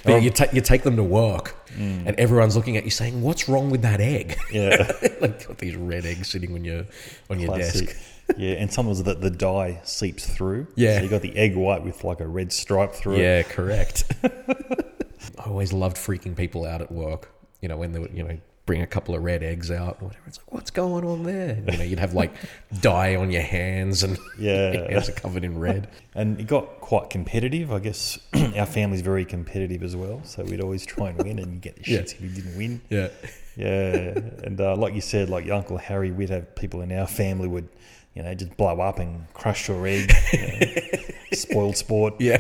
A: But you take you take them to work, and everyone's looking at you saying, "What's wrong with that egg?"
B: Yeah.
A: like you've got these red eggs sitting on your on your
B: Classic.
A: desk.
B: Yeah. And sometimes the, the dye seeps through.
A: Yeah.
B: So you got the egg white with like a red stripe through it.
A: Yeah, correct. I always loved freaking people out at work. You know, when they would, you know, bring a couple of red eggs out, or whatever. It's like, what's going on there? You know, you'd have like dye on your hands, and
B: Yeah.
A: your hands are covered in red.
B: And it got quite competitive. I guess our family's very competitive as well. So we'd always try and win and you get the
A: Yeah.
B: shits if you didn't win.
A: Yeah,
B: Yeah, and uh, like you said, like your uncle Harry, we'd have people in our family would, you know, just blow up and crush your egg. you know. spoiled sport,
A: yeah,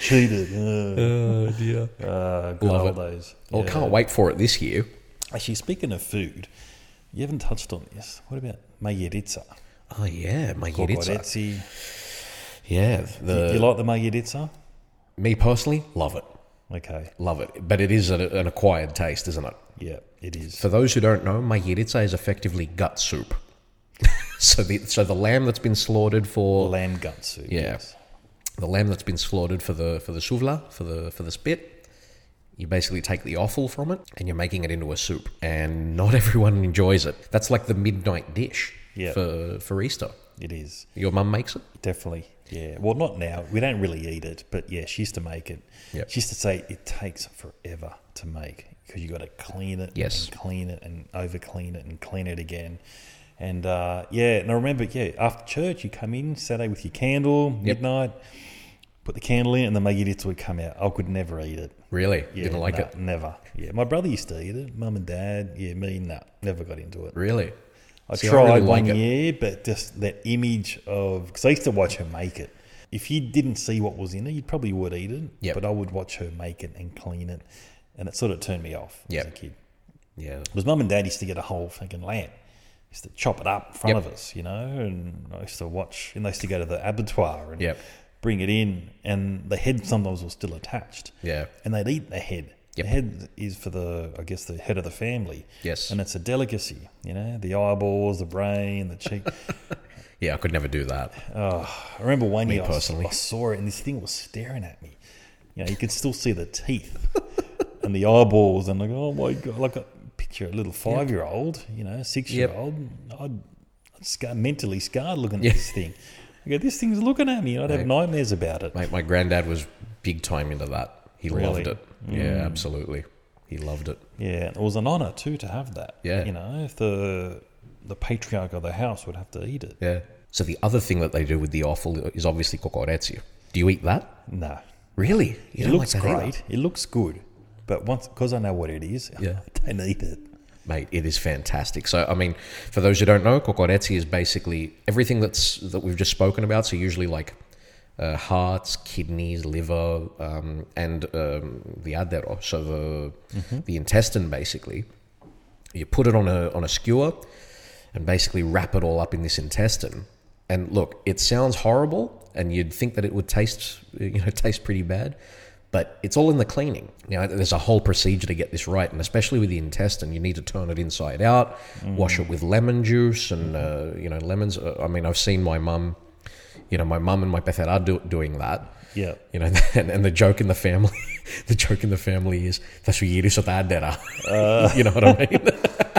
B: cheated. Ugh.
A: Oh dear.
B: Uh, good
A: Love
B: old
A: it.
B: days.
A: Well,
B: Yeah.
A: Oh, can't wait for it this year.
B: Actually, speaking of food, you haven't touched on this. What about mayeritza?
A: Oh yeah, my Yeritsa.
B: Kokoretsi.
A: Yeah, the
B: you, you like the mayeritza?
A: me personally love it,
B: Okay.
A: love it. But it is a, an acquired taste, isn't it?
B: Yeah, it is.
A: For those who don't know, my Yeritsa is effectively gut soup. so the so the lamb that's been slaughtered for
B: Lamb gut soup.
A: Yeah. the lamb that's been slaughtered for the for the souvla for the for the spit you basically take the offal from it and you're making it into a soup and not everyone enjoys it that's like the midnight dish
B: Yeah.
A: for for easter
B: It is.
A: your mum makes it
B: Definitely. Yeah. Well, not now. We don't really eat it, but yeah, she used to make it.
A: Yep.
B: She used to say it takes forever to make because you got to clean it,
A: Yes.
B: and clean it, and over clean it, and clean it again. And uh, yeah, and I remember, yeah, after church, you come in Saturday with your candle,
A: Yep.
B: midnight, put the candle in, and the maggidits would come out. I could never eat it.
A: really
B: Yeah,
A: didn't like
B: nah,
A: it
B: Never. Yeah, my brother used to eat it. Mum and dad. Yeah, me, nah, never got into it.
A: really
B: I
A: See, I
B: tried
A: really like
B: one
A: it.
B: year, but just that image of because I used to watch her make it. If you didn't see what was in it, you probably would eat it.
A: Yep.
B: But I would watch her make it and clean it, and it sort of turned me off
A: Yep.
B: as a kid.
A: yeah
B: Because mum and dad used to get a whole fucking lamb, used to chop it up in front
A: Yep.
B: of us, you know. And I used to watch, and they used to go to the abattoir and
A: Yep.
B: bring it in, and the head sometimes was still attached
A: yeah
B: and they'd eat the head.
A: Yep.
B: The head is for the, I guess, the head of the family.
A: Yes.
B: And it's a delicacy, you know, the eyeballs, the brain, the cheek.
A: yeah i could never do that
B: oh, I remember one year I, s-
A: personally.
B: I saw it and this thing was staring at me. You know, you could still see the teeth and the eyeballs, and like, oh my God, like, I picture a little five year old, you know, six year old. I'd, I'd scar, mentally scarred looking
A: Yeah.
B: at this thing. I go, this thing's looking at me. I'd have nightmares about it.
A: Mate, my granddad was big time into that he loved
B: Really? Hmm.
A: it yeah absolutely he loved it
B: Yeah, and it was an honour too to have that.
A: Yeah.
B: you know, if the the patriarch of the house would have to eat it.
A: yeah so the other thing that they do with the offal is obviously kokoretsu do you eat that
B: No,
A: really you
B: it
A: don't
B: looks
A: like that either?
B: great. It looks good, but once because I know what it is,
A: Yeah.
B: I don't eat it.
A: Mate, it is fantastic. So, I mean, for those who don't know, kokoretsi is basically everything that's that we've just spoken about. So, usually like uh, hearts, kidneys, liver, um, and um, the adero, so the
B: Mm-hmm.
A: the intestine, basically. You put it on a on a skewer, and basically wrap it all up in this intestine. And look, it sounds horrible, and you'd think that it would taste, you know, taste pretty bad, but it's all in the cleaning. Now, there's a whole procedure to get this right, and especially with the intestine, you need to turn it inside out, wash it with lemon juice, and uh, you know, lemons. Uh, I mean, I've seen my mum, you know, my mum and my Bethel are do, doing that.
B: Yeah,
A: You know, and, and the joke in the family, the joke in the family is that's what you do so that dinner.
B: Uh.
A: You know what I mean?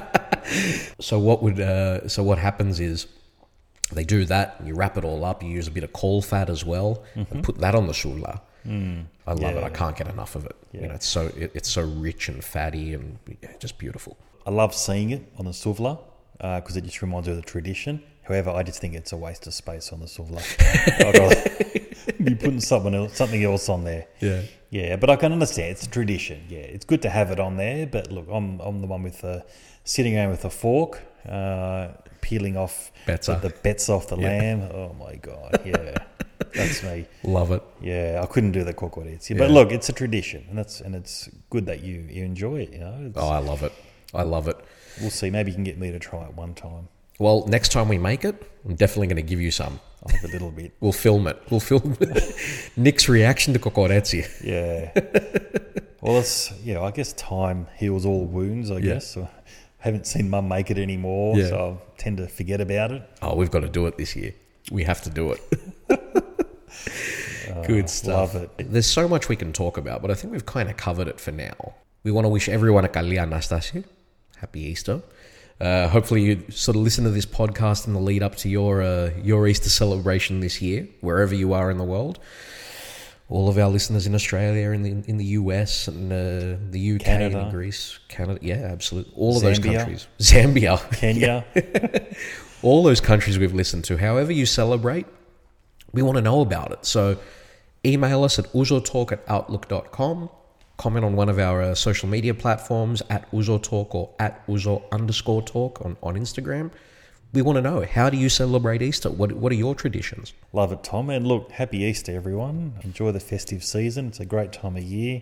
A: so what would uh, so what happens is they do that. You wrap it all up. You use a bit of caul fat as well, and put that on the shula. I love it. I
B: Mm-hmm. Mm. Yeah.
A: can't get enough of it. You
B: Yeah.
A: know, it's so it, it's so rich and fatty and yeah, just beautiful.
B: I love seeing it on the suvla because it just reminds me of the tradition. However, I just think it's a waste of space on the suvla. I'd rather be putting something else, something else on there.
A: Yeah.
B: Yeah, but I can understand it's a tradition. Yeah, it's good to have it on there. But look, I'm I'm the one with the sitting around with a fork, uh, peeling off
A: Betza.
B: the, the bets off the
A: Yeah.
B: lamb. Oh my god, yeah, that's me.
A: Love it.
B: Yeah, I couldn't do the cockroach.
A: Yeah.
B: But look, it's a tradition, and that's and it's good that you you enjoy it. You know, it's,
A: Oh, I love it. I love it.
B: we'll see. Maybe you can get me to try it one time.
A: Well, next time we make it, I'm definitely going to give you some.
B: I'll have a little bit.
A: We'll film it. We'll film Nick's reaction to kokoretsi.
B: Yeah. well, it's yeah. I guess time heals all wounds. I guess. I haven't seen Mum make it anymore,
A: Yeah.
B: so I tend to forget about it.
A: Oh, we've got to do it this year. We have to do it. Good stuff.
B: love
A: There's so much we can talk about, but I think we've kind of covered it for now. We want to wish everyone a Kali Anastasia. Happy Easter. Uh, hopefully, you sort of listen to this podcast in the lead up to your uh, your Easter celebration this year, wherever you are in the world. All of our listeners in Australia, in the in the US, and uh, the UK,
B: Canada.
A: and Greece, Canada, yeah, absolutely, all of those
B: Zambia.
A: countries, Zambia,
B: Kenya.
A: all those countries we've listened to, however you celebrate, we want to know about it. So email us at uzortalk at outlook.com, comment on one of our uh, social media platforms at uzortalk or at uzor underscore talk on, on Instagram. we want to know how do you celebrate Easter? What what are your traditions?
B: Love it, Tom. And look, happy Easter, everyone. Enjoy the festive season. It's a great time of year.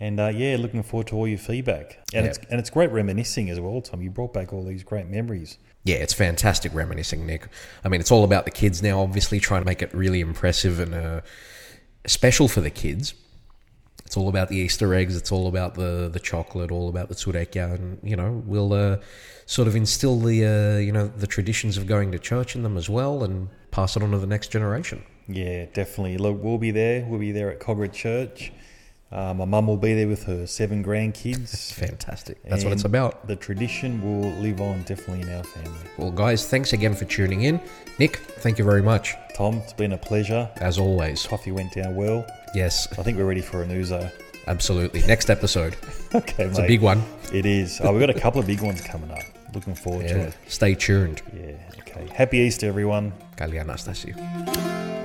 B: And uh, yeah, looking forward to all your feedback. And,
A: Yeah.
B: it's, and it's great reminiscing as well, Tom. You brought back all these great memories.
A: Yeah, it's fantastic reminiscing, Nick. I mean, it's all about the kids now. Obviously, trying to make it really impressive and uh, special for the kids. It's all about the Easter eggs. It's all about the the chocolate. All about the tsurekia, and you know, we'll uh, sort of instill the uh, you know the traditions of going to church in them as well, and pass it on to the next generation.
B: Yeah, definitely. Look, we'll be there. We'll be there at Cogra Church. Uh, my mum will be there with her seven grandkids.
A: Fantastic. That's what it's
B: And
A: about.
B: The tradition will live on definitely in our family.
A: Well, guys, thanks again for tuning in. Nick, thank you very much,
B: Tom, it's been a pleasure.
A: as always.
B: Coffee went down well.
A: Yes,
B: I think we're ready for a Uzo.
A: absolutely. Next episode.
B: Okay,
A: It's
B: mate.
A: a big one.
B: It is. Oh, we've got a couple of big ones coming up. Looking forward to
A: Yeah.
B: it.
A: Stay tuned.
B: Yeah. Okay. Happy Easter, everyone.
A: Kalia Anastasio.